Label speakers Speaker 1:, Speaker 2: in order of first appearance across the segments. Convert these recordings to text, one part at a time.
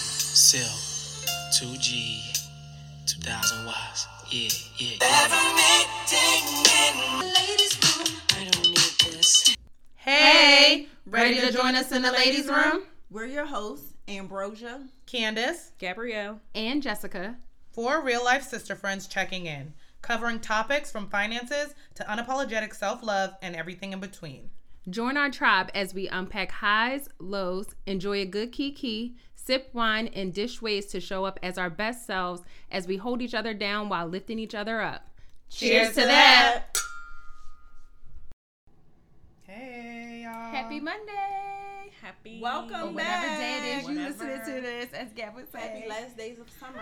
Speaker 1: Sell 2G, 2000 watts. Yeah, yeah. yeah. I don't need this.
Speaker 2: Hey, ready to join us in the ladies' room?
Speaker 3: We're your hosts, Ambrosia.
Speaker 2: Candace,
Speaker 4: Gabrielle.
Speaker 5: and Jessica.
Speaker 2: four real life sister friends checking in, covering topics from finances to unapologetic self love and everything in between.
Speaker 5: Join our tribe as we unpack highs, lows, enjoy a good kiki, sip wine, and dish ways to show up as our best selves as we hold each other down while lifting each other up.
Speaker 2: Cheers to that. Hey, y'all.
Speaker 5: Happy Monday!
Speaker 4: Happy.
Speaker 5: Whatever
Speaker 3: Welcome back.
Speaker 5: day it is you listening
Speaker 4: Whatever.
Speaker 5: to this, as Gab would
Speaker 3: Happy
Speaker 5: say,
Speaker 3: last days of summer.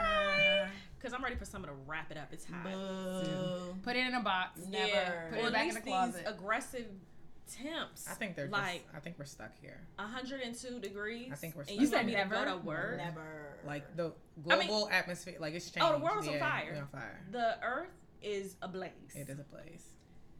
Speaker 4: Because I'm ready for summer to wrap it up. It's hot.
Speaker 3: Boo.
Speaker 5: put it in a box.
Speaker 3: Never.
Speaker 4: Yeah.
Speaker 5: Put it
Speaker 4: Or at
Speaker 5: back in
Speaker 4: least
Speaker 5: the closet.
Speaker 4: These aggressive temps.
Speaker 2: I think they're
Speaker 4: like
Speaker 2: just, I think we're stuck here.
Speaker 4: 102 degrees.
Speaker 2: I think we're
Speaker 4: And
Speaker 2: stuck.
Speaker 4: you
Speaker 2: You said
Speaker 4: want me to
Speaker 5: never?
Speaker 4: go to work?
Speaker 3: Never.
Speaker 2: Like the
Speaker 4: I mean-
Speaker 2: global atmosphere, like it's changed.
Speaker 4: Oh, the world's on
Speaker 2: Yeah,
Speaker 4: fire.
Speaker 2: we're on fire.
Speaker 4: The earth is ablaze.
Speaker 2: It is a place.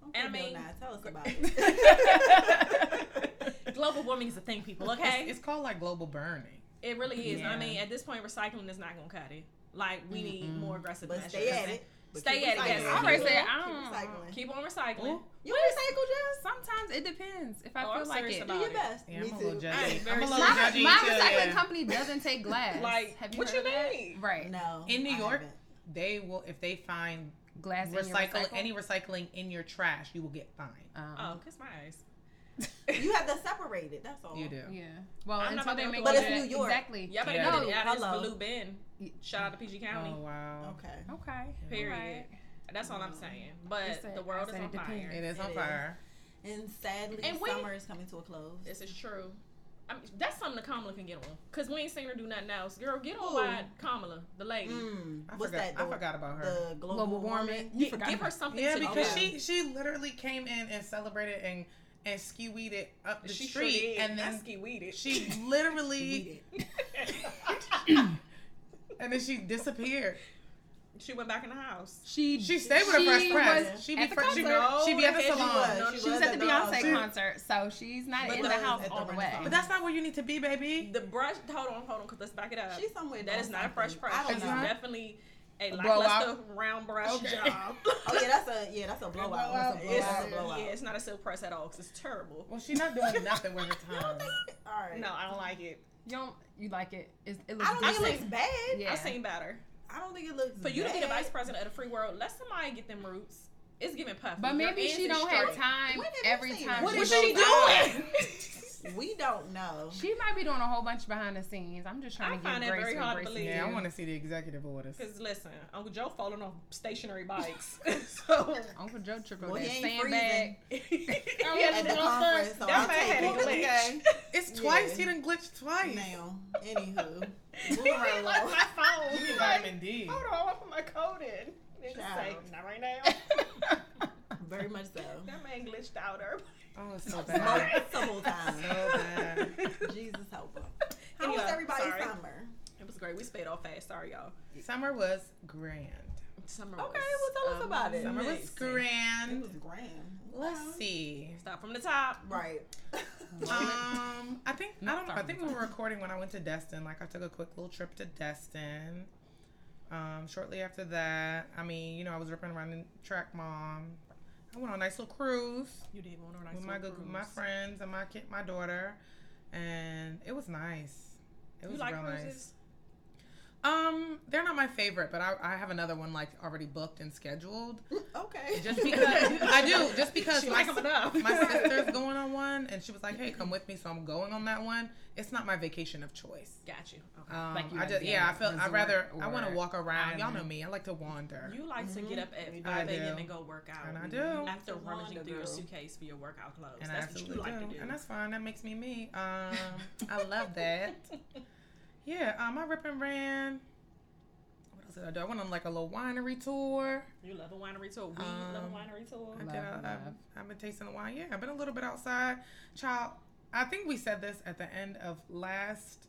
Speaker 3: Don't
Speaker 4: And I
Speaker 3: put Bill
Speaker 4: mean-
Speaker 3: Nye. tell us about it.
Speaker 2: it's,
Speaker 4: Global warming is a thing, people. Okay.
Speaker 2: it's called like global burning.
Speaker 4: it really is. I
Speaker 2: Yeah.
Speaker 4: mean, at this point, recycling is not gonna cut it. Like we need more aggressive
Speaker 3: but
Speaker 4: measures.
Speaker 3: stay at it. But
Speaker 4: Stay
Speaker 3: keep
Speaker 4: at it, yes.
Speaker 3: recycling.
Speaker 4: I already
Speaker 3: Keep
Speaker 5: said,
Speaker 3: recycling.
Speaker 5: I don't-
Speaker 3: Keep recycling.
Speaker 4: Keep on recycling.
Speaker 5: You recycle Jess? Sometimes it depends if I
Speaker 4: Oh, I'm
Speaker 5: feel like
Speaker 4: serious
Speaker 5: it.
Speaker 3: Do
Speaker 4: about
Speaker 3: your
Speaker 4: it.
Speaker 3: best.
Speaker 2: Yeah,
Speaker 3: Me
Speaker 2: I'm a
Speaker 3: too.
Speaker 2: little
Speaker 4: I
Speaker 2: judgy.
Speaker 4: ain't very
Speaker 2: I'm a little
Speaker 4: serious.
Speaker 5: My,
Speaker 2: judgy
Speaker 5: my
Speaker 2: too.
Speaker 5: recycling
Speaker 2: yeah.
Speaker 5: company doesn't take glass.
Speaker 4: Like,
Speaker 5: Have you
Speaker 4: what
Speaker 5: heard
Speaker 4: you
Speaker 5: of that?
Speaker 4: mean?
Speaker 5: Right.
Speaker 3: No.
Speaker 2: In New
Speaker 3: I
Speaker 2: York,
Speaker 3: haven't.
Speaker 2: they will if they find
Speaker 5: Glass in your
Speaker 2: recycle
Speaker 5: recycle.
Speaker 2: any recycling in your trash, you will get fined.
Speaker 5: Um,
Speaker 4: Oh, kiss my eyes.
Speaker 3: You have to separate it. That's
Speaker 4: Oh.
Speaker 3: all.
Speaker 2: You do.
Speaker 5: Yeah. Well,
Speaker 4: I'm not
Speaker 5: until
Speaker 4: about
Speaker 5: they
Speaker 4: to
Speaker 5: make
Speaker 4: go
Speaker 5: you
Speaker 4: to
Speaker 5: do
Speaker 3: that.
Speaker 5: that-
Speaker 3: New York.
Speaker 5: Exactly.
Speaker 4: Y'all better
Speaker 2: Yeah.
Speaker 4: get it out of
Speaker 3: Hello.
Speaker 4: this blue bin. Shout out to PG County.
Speaker 2: Oh wow.
Speaker 3: Okay.
Speaker 5: Okay.
Speaker 4: Period.
Speaker 5: Alright.
Speaker 4: That's all I'm saying.
Speaker 5: You
Speaker 4: But
Speaker 5: said-
Speaker 4: the
Speaker 5: I
Speaker 4: world is
Speaker 5: said
Speaker 4: on
Speaker 5: it depends.
Speaker 2: It
Speaker 4: fire.
Speaker 2: is on
Speaker 3: It is.
Speaker 2: fire.
Speaker 3: And sadly,
Speaker 4: And we-
Speaker 3: summer is coming to a close.
Speaker 4: This is true. I mean, that's something that Kamala can get on. Because we ain't seen her do nothing else. Girl, get on
Speaker 3: Who?
Speaker 4: by Kamala, the lady.
Speaker 3: Mm,
Speaker 2: I
Speaker 3: what's
Speaker 2: forgot.
Speaker 3: that? The,
Speaker 2: I forgot about her.
Speaker 3: The global,
Speaker 5: Global warming.
Speaker 3: warming.
Speaker 5: You
Speaker 4: Gi-
Speaker 5: forgot
Speaker 4: give her
Speaker 5: about-
Speaker 4: something
Speaker 2: Yeah,
Speaker 4: to do.
Speaker 2: because
Speaker 3: Okay.
Speaker 2: she she literally came in and celebrated and and ski weeded up the
Speaker 4: she
Speaker 2: street
Speaker 4: sure did.
Speaker 2: and
Speaker 4: I
Speaker 2: then
Speaker 4: ski weeded.
Speaker 2: she literally
Speaker 3: Weeded.
Speaker 2: and then she disappeared.
Speaker 4: she went back in the house.
Speaker 5: She
Speaker 2: She stayed with her first press.
Speaker 5: was
Speaker 2: She be
Speaker 5: at the
Speaker 2: fr- she,
Speaker 5: concert.
Speaker 2: go- she be at the
Speaker 4: No,
Speaker 2: salon.
Speaker 4: she was.
Speaker 5: She was at the
Speaker 3: dog.
Speaker 5: Beyonce
Speaker 3: She-
Speaker 5: concert, so she's not
Speaker 3: But
Speaker 5: in the
Speaker 3: those
Speaker 5: house
Speaker 3: at the
Speaker 5: all the way.
Speaker 3: Renaissance.
Speaker 2: But that's not where you need to be, baby.
Speaker 4: The brush, hold on, hold on, because let's back it up.
Speaker 3: She's somewhere.
Speaker 4: Uh, that
Speaker 3: doing
Speaker 4: is not a
Speaker 3: something.
Speaker 4: fresh brush.
Speaker 3: I don't
Speaker 4: It's
Speaker 2: know.
Speaker 4: definitely a
Speaker 2: A
Speaker 4: lackluster round brush
Speaker 2: Okay.
Speaker 4: job.
Speaker 3: Oh yeah, that's a yeah, that's a blowout. That's a
Speaker 2: blowout.
Speaker 4: It's,
Speaker 3: blowout. blowout.
Speaker 4: yeah, it's not a silk press at all because it's terrible.
Speaker 2: Well, she's not doing nothing with her time.
Speaker 3: All right.
Speaker 4: No, I don't like it.
Speaker 5: You don't you like it? It's, it looks
Speaker 3: I don't think it
Speaker 5: decent.
Speaker 3: looks bad.
Speaker 5: Yeah.
Speaker 4: I've seen better.
Speaker 3: I don't think it looks.
Speaker 4: For you to
Speaker 3: bad.
Speaker 4: be the vice president of the free world, let somebody get them roots. It's giving puff.
Speaker 5: But maybe she don't have time
Speaker 3: When have you
Speaker 5: every
Speaker 3: seen
Speaker 5: time.
Speaker 3: it? What
Speaker 5: she
Speaker 3: is
Speaker 5: goes
Speaker 3: she
Speaker 5: out.
Speaker 3: We don't know.
Speaker 5: She might be doing a whole bunch of behind the scenes. I'm just trying
Speaker 4: I
Speaker 5: to
Speaker 4: find
Speaker 5: give
Speaker 4: that
Speaker 5: grace
Speaker 4: very
Speaker 5: where
Speaker 4: hard to
Speaker 5: grace is
Speaker 4: believe.
Speaker 2: Yeah, I
Speaker 5: due.
Speaker 2: want to see the executive orders.
Speaker 4: Because listen, Uncle Joe falling off stationary bikes. so
Speaker 5: Uncle Joe tripped on
Speaker 3: Well, he
Speaker 5: that
Speaker 3: ain't
Speaker 5: sandbag.
Speaker 4: yeah,
Speaker 3: at the
Speaker 4: that's
Speaker 3: conference, so I'll
Speaker 4: my
Speaker 3: take
Speaker 4: head
Speaker 3: it.
Speaker 4: glitch.
Speaker 2: It's
Speaker 3: Yeah.
Speaker 2: twice. He done glitched twice.
Speaker 3: Now, anywho,
Speaker 4: He
Speaker 3: moving right
Speaker 4: left
Speaker 3: along.
Speaker 4: my phone.
Speaker 2: You
Speaker 4: He
Speaker 2: need
Speaker 4: like,
Speaker 2: vitamin D.
Speaker 4: hold on, I put my code in. Nigga say,
Speaker 3: Child.
Speaker 4: not right now.
Speaker 3: Very much so.
Speaker 4: that man glitched out. Everybody.
Speaker 2: Oh, it's so bad.
Speaker 3: Multiple times.
Speaker 2: So bad.
Speaker 3: Jesus help us. How
Speaker 4: Anyway,
Speaker 3: was everybody's
Speaker 4: sorry.
Speaker 3: summer?
Speaker 4: It was great. We sped off fast. Sorry, y'all.
Speaker 2: Summer was grand.
Speaker 4: Summer
Speaker 3: Okay, well tell us about it.
Speaker 2: Summer was
Speaker 4: Amazing.
Speaker 3: It
Speaker 2: grand.
Speaker 3: was grand.
Speaker 2: Let's see.
Speaker 4: Stop from the top.
Speaker 3: Right.
Speaker 2: Um, I think I don't know. I
Speaker 5: Sorry.
Speaker 2: think we were recording when I went to Destin. Like I took a quick little trip to Destin. Um, shortly after that, I mean, you know, I was ripping around in track mom. I went on a nice little cruise.
Speaker 4: You did one or nice
Speaker 2: with my good, my friends and my kid, my daughter, and it was nice. It
Speaker 4: You
Speaker 2: was
Speaker 4: like
Speaker 2: real
Speaker 4: cruises?
Speaker 2: nice. Um, they're not my favorite, but I, I have another one like already booked and scheduled.
Speaker 3: Okay.
Speaker 2: Just because I do, just because
Speaker 4: She
Speaker 2: my,
Speaker 4: like 'em
Speaker 2: s-
Speaker 4: enough.
Speaker 2: my sister's going on one, and she was like, "Hey, come with me," so I'm going on that one. It's not my vacation of choice.
Speaker 4: Got you. Okay.
Speaker 2: Um,
Speaker 5: Like you
Speaker 2: I
Speaker 5: like
Speaker 2: just
Speaker 5: being
Speaker 2: yeah, I
Speaker 5: at
Speaker 2: feel I
Speaker 5: resort
Speaker 2: rather I
Speaker 5: or
Speaker 2: want to walk around. Y'all know
Speaker 5: island.
Speaker 2: me. I like to wander.
Speaker 4: You like to get up at
Speaker 2: Mm-hmm. I
Speaker 4: 5 a.m.
Speaker 2: do.
Speaker 4: and go work out.
Speaker 2: And I do.
Speaker 4: After
Speaker 3: It's a
Speaker 4: rummaging
Speaker 3: wander,
Speaker 4: through your
Speaker 3: girl.
Speaker 4: suitcase for your workout clothes.
Speaker 2: and I
Speaker 4: that's what you
Speaker 2: absolutely
Speaker 4: like
Speaker 2: do.
Speaker 4: to do.
Speaker 2: and that's fine. That makes me me. Um, I love that. Yeah, um, I rip and ran. What else did I do? I went on like a little winery tour.
Speaker 4: You love a winery tour. We love a
Speaker 2: Um,
Speaker 4: winery tour.
Speaker 2: I did.
Speaker 5: Love,
Speaker 2: I, I've,
Speaker 5: love.
Speaker 2: I've been tasting the wine. Yeah, I've been a little bit outside. Child, I think we said this at the end of last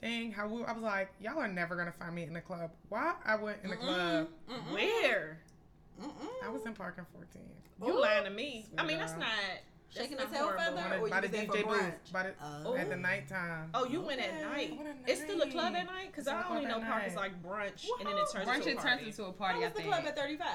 Speaker 2: thing. How we, I was like, y'all are never gonna find me in the club. Why I went in the club?
Speaker 4: Where?
Speaker 3: Mm-mm.
Speaker 2: I was in Park and 14.
Speaker 4: You lying to me. I mean, that's
Speaker 2: Sweetheart.
Speaker 4: not. Shaking
Speaker 3: the
Speaker 4: up
Speaker 3: tail
Speaker 4: horrible.
Speaker 3: feather, or
Speaker 2: by
Speaker 3: you
Speaker 2: the
Speaker 3: was
Speaker 2: DJ
Speaker 3: there for brunch?
Speaker 2: booth, by the,
Speaker 3: Oh.
Speaker 2: at the nighttime.
Speaker 4: Oh, you went at
Speaker 3: Okay.
Speaker 4: night.
Speaker 2: What a
Speaker 4: It's still a club
Speaker 2: night.
Speaker 4: at night because
Speaker 2: It's a
Speaker 4: I only know
Speaker 2: club at
Speaker 4: park is
Speaker 2: night.
Speaker 4: like brunch, and then it turns
Speaker 5: Brunch
Speaker 4: into a
Speaker 5: it turns
Speaker 4: party.
Speaker 5: into a
Speaker 3: How
Speaker 5: party. I
Speaker 3: was the
Speaker 5: think.
Speaker 3: club at 35?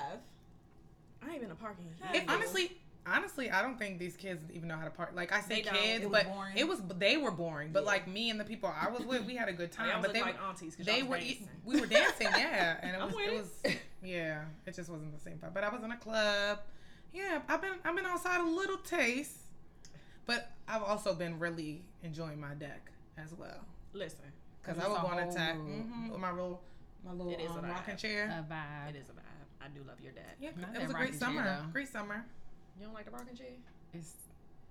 Speaker 4: I ain't been to parking.
Speaker 2: It, honestly, honestly, I don't think these kids even know how to party. Like I say,
Speaker 4: They don't.
Speaker 2: kids,
Speaker 3: It was
Speaker 2: but
Speaker 3: boring.
Speaker 2: it was they were boring. But
Speaker 3: Yeah.
Speaker 2: like me and the people I was with, we had a good time.
Speaker 4: Y'all
Speaker 2: But
Speaker 4: look
Speaker 2: they
Speaker 4: like
Speaker 2: were-
Speaker 4: aunties because
Speaker 2: they
Speaker 4: y'all
Speaker 2: were
Speaker 4: were
Speaker 2: eating.
Speaker 4: dancing.
Speaker 2: We were dancing, yeah, and it
Speaker 4: I'm
Speaker 2: was
Speaker 4: with
Speaker 2: it
Speaker 4: it.
Speaker 2: was yeah. It just wasn't the same vibe. But I was in a club. Yeah, I've been I've been outside a little taste, but I've also been really enjoying my deck as well
Speaker 4: Listen,
Speaker 2: because
Speaker 5: It's
Speaker 2: I would
Speaker 5: a
Speaker 2: go on
Speaker 5: whole
Speaker 2: attack
Speaker 5: mood.
Speaker 2: mhm, with my little my little
Speaker 4: It is
Speaker 2: um,
Speaker 4: what I
Speaker 2: rocking
Speaker 4: have.
Speaker 2: chair.
Speaker 5: A vibe.
Speaker 4: it is a vibe. I do love your dad.
Speaker 2: Yeah,
Speaker 5: Not
Speaker 2: it
Speaker 5: that
Speaker 2: was a
Speaker 5: rocking
Speaker 2: great
Speaker 5: chair,
Speaker 2: summer.
Speaker 5: though.
Speaker 2: Great summer.
Speaker 4: You don't like the rocking chair?
Speaker 5: It's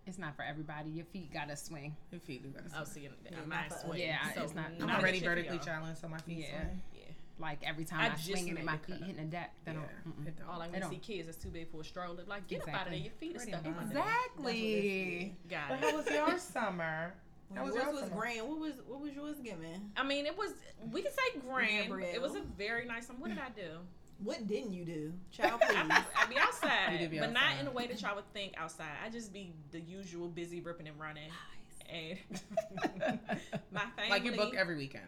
Speaker 5: it's not for everybody. Your feet gotta swing.
Speaker 2: Your feet do gotta
Speaker 4: Oh,
Speaker 2: swing.
Speaker 4: see,
Speaker 3: not
Speaker 4: mine
Speaker 3: for us.
Speaker 4: sweat.
Speaker 5: Yeah,
Speaker 4: so
Speaker 5: it's not- I'm
Speaker 2: I'm
Speaker 4: that
Speaker 2: already
Speaker 4: shit for
Speaker 2: vertically
Speaker 4: y'all.
Speaker 2: challenged, so my feet
Speaker 5: Yeah.
Speaker 2: swing.
Speaker 4: Yeah.
Speaker 5: Like every time
Speaker 4: I
Speaker 5: I,
Speaker 4: just
Speaker 5: swing it,
Speaker 4: made
Speaker 5: and my
Speaker 4: the cut
Speaker 5: feet
Speaker 4: up.
Speaker 5: hitting the deck. That
Speaker 2: Yeah,
Speaker 5: don't, mm-mm.
Speaker 2: it don't.
Speaker 4: All I
Speaker 5: It
Speaker 4: want to
Speaker 5: don't-
Speaker 4: see kids is too big for a stroller. Like, get up out of
Speaker 5: Exactly.
Speaker 4: there. Your feet are
Speaker 2: Pretty
Speaker 4: stuck in my
Speaker 2: much.
Speaker 4: neck.
Speaker 5: Exactly.
Speaker 2: But
Speaker 4: Got
Speaker 2: how
Speaker 4: it.
Speaker 2: was your summer? How was
Speaker 3: yours
Speaker 2: your
Speaker 3: was
Speaker 2: summer?
Speaker 3: grand. What was what was yours giving?
Speaker 4: I mean, it was, we could say grand. but It
Speaker 3: Gabrielle.
Speaker 4: was a very nice summer. What did I do?
Speaker 3: What didn't you do, child? Please.
Speaker 4: I'd be
Speaker 2: You
Speaker 4: outside,
Speaker 2: did be
Speaker 4: but not
Speaker 2: outside.
Speaker 4: in the way that y'all would think outside. I just be the usual busy ripping and running. And my family.
Speaker 2: Like you book every weekend.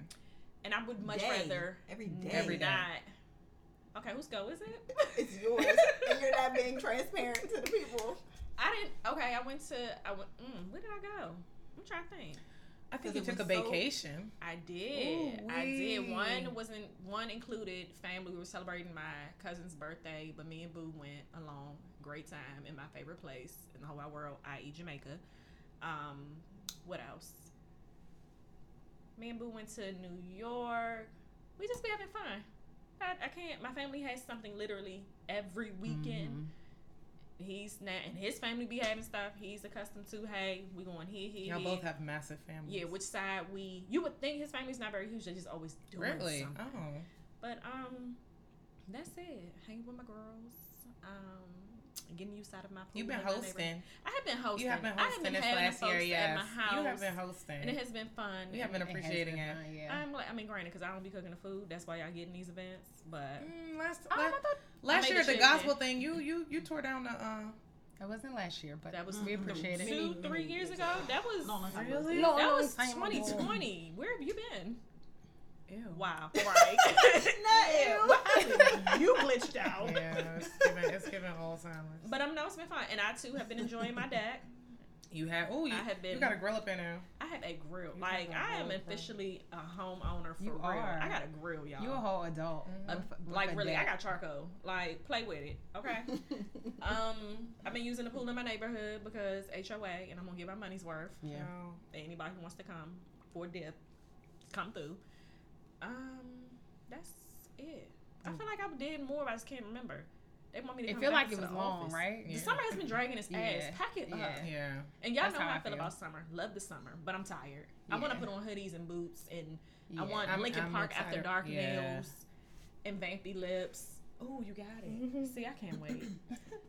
Speaker 4: And I would much
Speaker 3: Day.
Speaker 4: rather
Speaker 3: every day.
Speaker 2: Every day.
Speaker 4: not. Okay, whose go is it?
Speaker 3: It's yours, and you're not being transparent to the people.
Speaker 4: I didn't. Okay, I went to. I went. Mm, where did I go? I'm trying to think.
Speaker 2: I think
Speaker 3: 'Cause
Speaker 2: you
Speaker 3: it
Speaker 2: took a
Speaker 3: was so-
Speaker 2: vacation.
Speaker 4: I did.
Speaker 2: Ooh,
Speaker 4: I did.
Speaker 2: wee.
Speaker 4: One wasn't. One included family. We were celebrating my cousin's birthday, but me and Boo went along. Great time in my favorite place in the whole wide world, i.e., Jamaica. Um, what else? Me and Boo went to New York. We just be having fun. I, I can't. My family has something literally every weekend.
Speaker 5: Mm-hmm.
Speaker 4: He's not, and his family be having stuff. He's accustomed to. Hey, we going here, here,
Speaker 2: Y'all
Speaker 4: here.
Speaker 2: both have massive families.
Speaker 4: Yeah, which side we you would think his family's not very huge, they just always doing
Speaker 2: really?
Speaker 4: something.
Speaker 2: Oh,
Speaker 4: But um that's it. Hanging with my girls. Um getting used out of my pool.
Speaker 2: you've been
Speaker 4: in my neighborhood.
Speaker 2: hosting.
Speaker 4: I have been hosting.
Speaker 2: You have been
Speaker 4: I have
Speaker 2: hosting
Speaker 4: been
Speaker 2: this
Speaker 4: having
Speaker 2: last year.
Speaker 4: folks at
Speaker 2: Yes,
Speaker 4: my house.
Speaker 2: you have been
Speaker 4: and it
Speaker 2: hosting.
Speaker 4: has been fun.
Speaker 2: You have been
Speaker 4: and
Speaker 2: appreciating it.
Speaker 5: Yeah.
Speaker 4: I'm like I'm in granted because I don't be cooking the food. That's why y'all getting these events. But
Speaker 2: Mm, last
Speaker 5: Oh,
Speaker 4: Um, I
Speaker 2: last,
Speaker 4: thought
Speaker 2: last
Speaker 4: made
Speaker 2: year
Speaker 4: a
Speaker 2: at the
Speaker 4: chicken.
Speaker 2: gospel thing, you you you tore down the. Uh,
Speaker 5: That wasn't last year, but
Speaker 4: that was
Speaker 5: we appreciate
Speaker 4: two,
Speaker 5: it.
Speaker 3: Many,
Speaker 4: three
Speaker 3: many
Speaker 4: years
Speaker 3: years
Speaker 4: ago.
Speaker 3: ago.
Speaker 4: That was
Speaker 3: Long time
Speaker 2: Really?
Speaker 5: Long
Speaker 4: that was
Speaker 5: time ago.
Speaker 4: 2020. Where have you been?
Speaker 2: ew.
Speaker 4: Wow.
Speaker 3: Right.
Speaker 4: Not you. you glitched out.
Speaker 2: Yeah, it's giving, it's giving Alzheimer's.
Speaker 4: But I'm no, it's been fun, and I too have been enjoying my deck.
Speaker 2: You had oh, you,
Speaker 4: I have been-
Speaker 2: you got a grill up in there.
Speaker 4: I have a grill.
Speaker 2: You have
Speaker 4: Like
Speaker 2: a
Speaker 4: I am
Speaker 2: grill.
Speaker 4: officially a homeowner for
Speaker 5: You
Speaker 4: real.
Speaker 5: are.
Speaker 4: I got a grill, y'all. Mm-hmm. Um,
Speaker 5: You a whole adult.
Speaker 2: Mhm.
Speaker 5: With a- with
Speaker 4: like
Speaker 5: a
Speaker 4: really, I
Speaker 5: deck.
Speaker 4: got charcoal. Like play with it, okay? um, I've been using the pool in my neighborhood because HOA, and I'm gonna get my money's worth.
Speaker 5: Yeah.
Speaker 2: Oh,
Speaker 4: Anybody who wants to come for dip, come through. Um, that's it. I feel like I did more, but I just can't remember. They want me to.
Speaker 5: Mm. It
Speaker 4: come
Speaker 5: feel
Speaker 4: back
Speaker 5: like it
Speaker 4: to
Speaker 5: was
Speaker 4: the
Speaker 5: long,
Speaker 4: office.
Speaker 5: right?
Speaker 4: The
Speaker 2: Yeah.
Speaker 4: summer has been dragging its ass.
Speaker 5: Yeah.
Speaker 4: Pack it up.
Speaker 5: Yeah.
Speaker 2: uh, yeah.
Speaker 4: And y'all
Speaker 5: That's
Speaker 4: know
Speaker 5: how I
Speaker 4: how, I feel,
Speaker 5: feel.
Speaker 4: about summer. Love the summer, but I'm tired. I want to
Speaker 5: Yeah.
Speaker 4: put on hoodies and boots, and
Speaker 5: Yeah.
Speaker 4: I want
Speaker 2: I'm-
Speaker 4: Lincoln
Speaker 2: I'm
Speaker 4: Park after
Speaker 2: excited.
Speaker 4: dark
Speaker 2: Yeah.
Speaker 4: nails and vampy lips. Oh, you got it. See, I can't wait.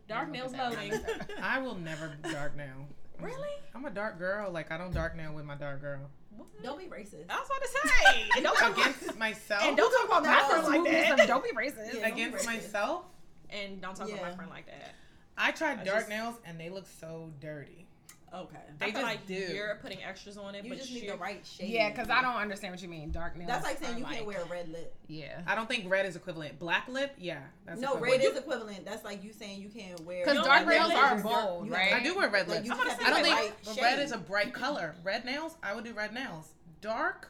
Speaker 4: Dark
Speaker 5: Look at
Speaker 4: nails
Speaker 5: Mm-hmm. that.
Speaker 4: loading.
Speaker 2: I will never dark now.
Speaker 4: really?
Speaker 2: I'm a dark girl. Like I don't dark now with my dark girl.
Speaker 4: What?
Speaker 3: Don't be racist.
Speaker 4: I was about to say. and don't talk about,
Speaker 2: Against myself.
Speaker 4: and don't talk about
Speaker 3: That's
Speaker 4: Oh. my friend like
Speaker 5: Movement
Speaker 4: that.
Speaker 5: some- Don't be racist.
Speaker 3: Yeah.
Speaker 2: against
Speaker 3: Don't be racist.
Speaker 2: myself.
Speaker 4: And don't talk about my
Speaker 3: Yeah.
Speaker 4: friend like that.
Speaker 2: I tried
Speaker 4: I
Speaker 2: dark
Speaker 4: just-
Speaker 2: nails and they look so dirty.
Speaker 3: Okay.
Speaker 4: I
Speaker 2: They
Speaker 4: feel
Speaker 2: just
Speaker 4: like
Speaker 2: do.
Speaker 4: you're putting extras on it,
Speaker 3: You
Speaker 4: but
Speaker 3: just
Speaker 4: you're,
Speaker 3: need the right shade.
Speaker 5: Yeah, because I don't understand what you mean. Dark nails.
Speaker 3: That's like saying
Speaker 5: are
Speaker 3: you can't
Speaker 5: like-
Speaker 3: wear a red lip.
Speaker 5: Yeah.
Speaker 2: I don't think red is equivalent. Black lip, yeah. That's
Speaker 3: No,
Speaker 2: equivalent.
Speaker 3: red is equivalent. That's like you saying you can't wear.
Speaker 5: 'Cause
Speaker 3: You
Speaker 4: dark
Speaker 3: don't wear
Speaker 4: nails
Speaker 3: red
Speaker 5: are
Speaker 3: lips. You're-
Speaker 5: bold,
Speaker 3: you
Speaker 5: right?
Speaker 3: have-
Speaker 2: I do wear red
Speaker 3: like,
Speaker 2: lips.
Speaker 3: you
Speaker 4: I'm
Speaker 3: just
Speaker 4: gonna
Speaker 3: have
Speaker 4: say
Speaker 2: I don't
Speaker 3: the
Speaker 2: think
Speaker 3: right
Speaker 2: but
Speaker 3: shade.
Speaker 2: red is a bright color. Red nails, I would do red nails. Dark,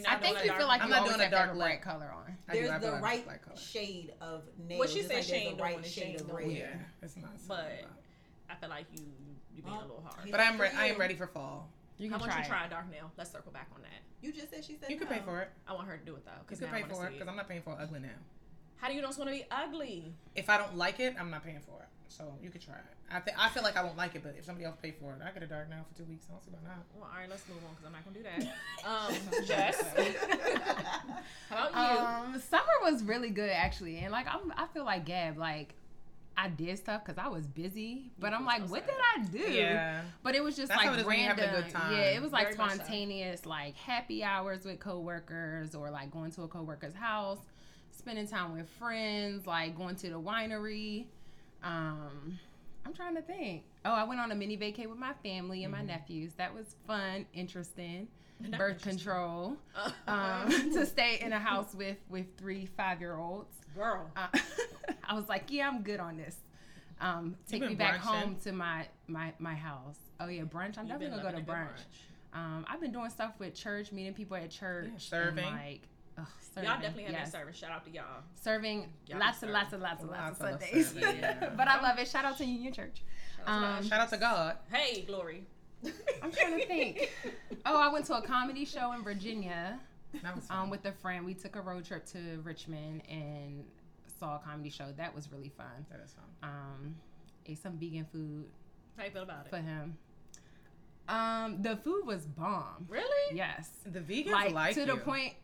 Speaker 5: I
Speaker 4: not
Speaker 5: think
Speaker 4: doing
Speaker 5: you
Speaker 4: a
Speaker 5: feel
Speaker 4: dark-
Speaker 5: like
Speaker 2: I'm
Speaker 5: you
Speaker 2: not
Speaker 5: always
Speaker 2: doing a
Speaker 5: have to have
Speaker 2: dark
Speaker 5: a bright color on.
Speaker 2: I do
Speaker 3: There's
Speaker 2: have
Speaker 3: the
Speaker 2: a
Speaker 3: right
Speaker 2: black color.
Speaker 3: shade of nails.
Speaker 4: Well, she
Speaker 3: just like
Speaker 4: said
Speaker 3: there's
Speaker 4: shade
Speaker 3: the
Speaker 4: don't
Speaker 3: right
Speaker 4: wanna
Speaker 3: shade
Speaker 4: shade
Speaker 3: of
Speaker 4: don't
Speaker 3: red.
Speaker 4: wanna-
Speaker 2: Yeah, it's not. so
Speaker 4: But-
Speaker 2: bad.
Speaker 4: I feel like you you being a
Speaker 3: Well,
Speaker 4: little hard.
Speaker 3: yeah.
Speaker 2: but I'm
Speaker 3: for
Speaker 2: re- I am
Speaker 3: you.
Speaker 2: ready for fall.
Speaker 5: You
Speaker 4: How
Speaker 5: can
Speaker 4: much
Speaker 5: try.
Speaker 4: you
Speaker 5: it.
Speaker 4: try a dark nail? Let's circle back on that.
Speaker 3: You just said she said
Speaker 2: You could pay
Speaker 3: no.
Speaker 2: for it.
Speaker 4: I want her to do it though.
Speaker 2: You
Speaker 4: because
Speaker 2: could
Speaker 4: now I
Speaker 2: pay
Speaker 4: wanna
Speaker 2: for it
Speaker 4: see
Speaker 2: because I'm not paying for an ugly nail.
Speaker 4: How do you not want to be ugly?
Speaker 2: If I don't like it, I'm not paying for it. So you could try it. I think I feel like I won't like it, but if somebody else pay for it, I get a dark nail for two weeks. I don't see why not.
Speaker 4: Well, all right, let's move on because I'm not gonna do that. Um, Jess,
Speaker 3: Oh,
Speaker 4: how about you?
Speaker 5: Um, summer was really good actually, and like I'm, I feel like Gab, like I did stuff because I was busy, but I'm
Speaker 4: were
Speaker 5: like,
Speaker 4: so
Speaker 5: what
Speaker 4: sad.
Speaker 5: did I do?
Speaker 2: Yeah.
Speaker 5: But it was just
Speaker 2: That's how it
Speaker 5: like
Speaker 2: is when you're having
Speaker 5: random.
Speaker 2: a good time.
Speaker 5: Yeah, it was like
Speaker 4: Very much so.
Speaker 5: spontaneous, like happy hours with coworkers, or like going to a coworker's house, spending time with friends, like going to the winery. Um, I'm trying to think. Oh, I went on a mini vacay with my family
Speaker 4: Mm-hmm.
Speaker 5: and my nephews. That was fun, interesting.
Speaker 4: Not
Speaker 5: Birth
Speaker 4: interesting.
Speaker 5: control.
Speaker 4: Uh,
Speaker 5: Um, to stay in a house with with three five year olds.
Speaker 4: Girl.
Speaker 5: Uh, I was like, yeah, I'm good on this. Um, take
Speaker 2: been
Speaker 5: me back
Speaker 2: brunching?
Speaker 5: home to my my my house. Oh yeah, brunch. I'm
Speaker 4: You've
Speaker 5: definitely
Speaker 4: been
Speaker 5: gonna go to
Speaker 4: loving a
Speaker 5: brunch.
Speaker 4: good
Speaker 5: Um, I've been doing stuff with church, meeting people at church, and,
Speaker 2: serving.
Speaker 5: like, ugh, serving.
Speaker 4: Y'all definitely have
Speaker 5: yes.
Speaker 4: been serving. Shout out to y'all.
Speaker 5: Serving
Speaker 4: Y'all
Speaker 5: lots and
Speaker 4: serving.
Speaker 5: lots and lots and lots of
Speaker 2: Lots of
Speaker 5: Sundays.
Speaker 2: serving, yeah.
Speaker 5: but I love it. Shout out to Union Church. Um,
Speaker 2: Shout out to God.
Speaker 4: Hey, Glory.
Speaker 5: I'm trying to think. Oh, I went to a comedy show in Virginia
Speaker 2: That was fun.
Speaker 5: um, with a friend. We took a road trip to Richmond and saw a comedy show. That was really fun.
Speaker 2: that is fun.
Speaker 5: Um, ate some vegan food
Speaker 4: How you feel about it?
Speaker 5: for him. Um, the food was bomb.
Speaker 4: Really?
Speaker 5: Yes,
Speaker 2: The vegans like,
Speaker 5: like, to the
Speaker 2: you.
Speaker 5: point.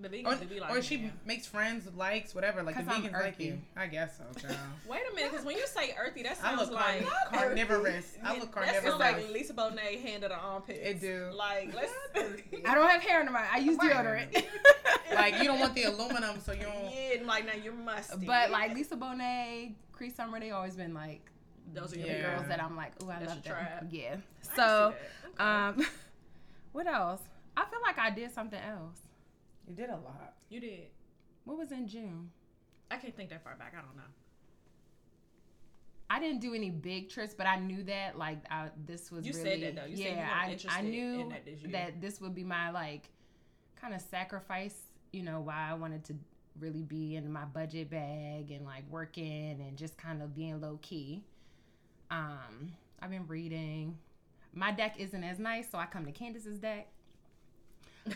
Speaker 4: The
Speaker 2: Or,
Speaker 4: vegans do be like,
Speaker 2: or she
Speaker 4: "Yeah."
Speaker 2: makes friends, likes, whatever. Like the
Speaker 5: 'Cause I'm
Speaker 2: vegans like you.
Speaker 5: irky.
Speaker 2: I guess so, child.
Speaker 4: Wait a minute, because when you say earthy, that
Speaker 2: I look
Speaker 4: sounds like.
Speaker 2: like carnivorous. I look
Speaker 4: That
Speaker 2: carnivorous.
Speaker 4: sounds like Lisa Bonet hand of the armpit.
Speaker 2: It do.
Speaker 4: Like, let's.
Speaker 5: I don't have hair in my. I use
Speaker 2: Right.
Speaker 5: deodorant.
Speaker 2: like you don't want the aluminum, so you don't.
Speaker 4: yeah, and like now you're musty.
Speaker 5: But like Lisa Bonet, Cree Summer, they always been like
Speaker 4: those are your
Speaker 5: the
Speaker 2: Yeah.
Speaker 5: girls that I'm like, oh, I
Speaker 4: That's
Speaker 5: love
Speaker 4: your
Speaker 5: them.
Speaker 4: tribe.
Speaker 5: Yeah.
Speaker 4: I can
Speaker 5: So,
Speaker 4: see that. Okay.
Speaker 5: um, what else? I feel like I did something else.
Speaker 2: You did a lot.
Speaker 4: you did.
Speaker 5: What was in June?
Speaker 4: I can't think that far back. I don't know.
Speaker 5: I didn't do any big trips, but I knew that like I, this was
Speaker 4: You said
Speaker 5: really
Speaker 4: that, though. You said you weren't
Speaker 5: yeah. I I
Speaker 4: interested
Speaker 5: knew
Speaker 4: in that this year.
Speaker 5: this would be my like kind of sacrifice. You know why I wanted to really be in my budget bag and like working and just kind of being low key. Um, I've been reading. My deck isn't as nice, so I come to Candace's deck.